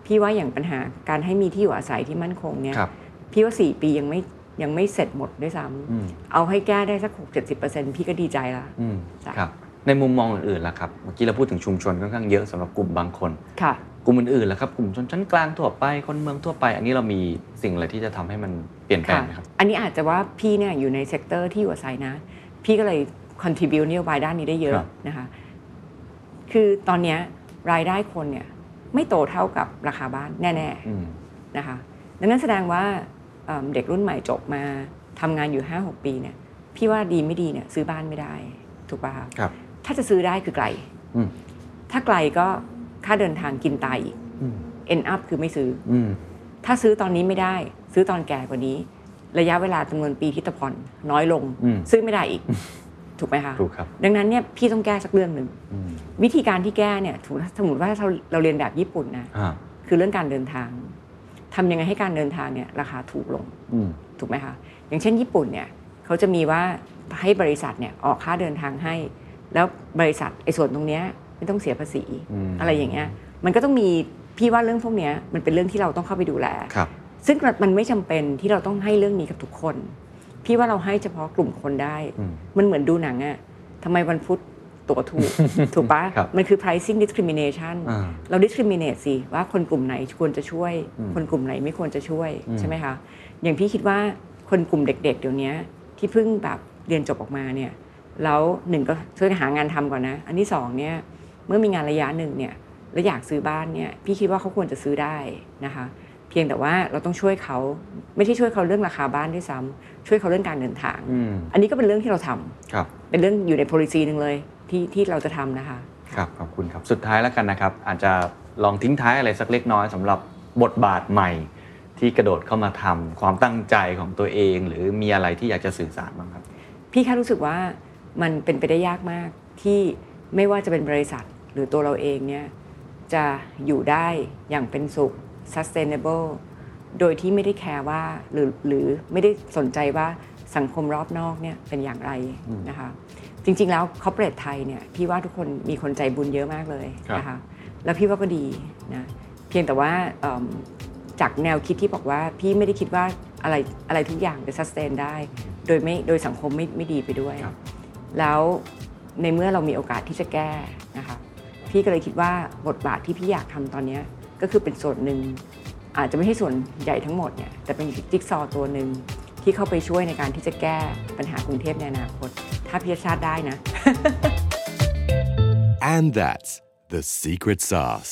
พี่ว่าอย่างปัญหาการให้มีที่อยู่อาศัยที่มั่นคงเนี่ย
ครับ
พี่ว่าสี่ปียังไม่ยังไม่เสร็จหมดด้วยซ้ำ
อืม
เอาให้แก้ได้สัก 6-70%พี่ก็ดีใจละ
อืม
จ้ะ
ครับ ในมุมมองอื่นๆล่ะครับ เมื่อกี้เราพูดถึงชุมชนค่อนข้างเยอะสำหรับกลุ่มบางคน
ค่ะ
กลุ่มอื่นๆล่ะครับ กลุ่มชนชั้นกลางทั่วไป คนเมืองทั่วไป อันนี้เรามีสิ่งอะไรที่จะทำให้มันเปลี่ยนแปลง
ค่ะ
ไหมครับ
อันนี้อาจจะว่าพี่เนี่ยอยู่ในเซกเตอร์ที่อยู่อาศัยนะ พี่ก็เลย contribu นโยบายด้านนี้ได้เยอะ
ครับ
นะคะ คือตอนเนี้ยรายได้คนเนี่ย ไม่โตเท่ากับราคาบ้านแน่
อืม
ๆ นะคะ ดังนั้นแสดงว่าเอิ่มเด็กรุ่นใหม่จบมาทำงานอยู่ 5-6 ปีเนี่ย พี่ว่าดีไม่ดีเนี่ยซื้อบ้านไม่ได้ ถูกป่ะคะ
ครับ
ถ้าจะซื้อได้คือไกล
อืม
ถ้าไกลก็ค่าเดินทางกินตายอีก
อืม
end up คือไม่ซื้อ
อืม
ถ้าซื้อตอนนี้ไม่ได้ ซื้อตอนแก่กว่านี้ ระยะเวลาจำนวนปีที่ตะผ่อนน้อยลง
อืม
ซื้อไม่ได้ อีก ถูกไหมคะ
ถูกครับ
ดังนั้นเนี่ยพี่ต้องแก้สักเรื่องหนึ่ง
อืม
วิธีการที่แก้เนี่ยถูกสมมติว่าถ้าเราเราเรียนแบบญี่ปุ่นนะ
อ่า
คือเรื่องการเดินทางทำยังไงให้การเดินทางเนี่ยราคาถูกลง
อืม
ถูกไหมคะ อย่างเช่นญี่ปุ่นเนี่ยเขาจะมีว่าให้บริษัทเนี่ยออกค่าเดินทางให้ แล้วบริษัทไอ้ส่วนตรงเนี้ยไม่ต้องเสียภาษี
อืม
อะไรอย่างเงี้ยมันก็ต้องมีพี่ว่าเรื่องพวกเนี้ยมันเป็นเรื่องที่เราต้องเข้าไปดูแล
ครับ
ซึ่งมันไม่จำเป็นที่เราต้องให้เรื่องนี้กับทุกคน พี่ว่าเราให้เฉพาะกลุ่มคนได้
อืม
มันเหมือนดูหนังอะทำไมวันพุธตั๋วถูก ถูกปะ
ครับ
มันคือ pricing discrimination
อ่า
เรา discriminate สิว่าคนกลุ่มไหนควรจะช่วย
อืม
คนกลุ่มไหนไม่ควรจะช่วย
อืม
ใช่ไหมคะอย่างพี่คิดว่าคนกลุ่มเด็ก ๆ เดี๋ยวนี้ที่เพิ่งแบบเรียนจบออกมาเนี่ยแล้วหนึ่งก็ช่วยหางานทำก่อนนะ อันที่สองเนี่ยเมื่อมีงานระยะหนึ่งเนี่ยแล้วอยากซื้อบ้านเนี่ยพี่คิดว่าเขาควรจะซื้อได้นะคะ เพียงแต่ว่าเราต้องช่วยเขาไม่ใช่ช่วยเขาเรื่องราคาบ้านด้วยซ้ำช่วยเขาเรื่องการเดินทาง
อืม
อันนี้ก็เป็นเรื่องที่เราทำ
ครับ
เป็นเรื่องอยู่ใน policy หนึ่งเลยที่ที่เราจะทำนะคะ
ครับขอบคุณครับ สุดท้ายแล้วกันนะครับ อาจจะลองทิ้งท้ายอะไรสักเล็กน้อยสำหรับบทบาทใหม่ ที่กระโดดเข้ามาทำความตั้งใจของตัวเอง หรือมีอะไรที่อยากจะสื่อสารบ้างครับ
พี่แค่รู้สึกว่ามันเป็นไปได้ยากมากที่ไม่ว่าจะเป็นบริษัทหรือตัวเราเองเนี่ยจะอยู่ได้อย่างเป็นสุข sustainable โดยที่ไม่ได้แคร์ว่าหรือหรือไม่ได้สนใจว่าสังคมรอบนอกเนี่ยเป็นอย่างไรนะคะจริงๆแล้วคอ p เปร t ไทยเนี่ยพี่ว่าทุกคนมีคนใจบุญเยอะมากเลย
ครับ
นะคะแล้วพี่ว่าก็ดีนะเพียงแต่ว่าเอิ่มจากแนวคิดที่บอกว่าพี่ไม่ได้คิดว่าอะไรอะไรทุกอย่างจะ sustain ได้ โดยไม่โดยสังคมไม่ไม่ดีไปด้วย
ครับ
แล้วในเมื่อเรามีโอกาสที่จะแก้นะคะพี่ก็เลยคิดว่าบทบาทที่พี่อยากทำตอนเนี้ยก็คือเป็นส่วนหนึ่ง อาจจะไม่ใช่ส่วนใหญ่ทั้งหมดเนี่ยแต่เป็นจิ๊กซอว์ตัวหนึ่งที่เข้าไปช่วยในการที่จะแก้ปัญหากรุงเทพในอนาคต ถ้าพิจารณาติได้นะ
And that's the secret sauce.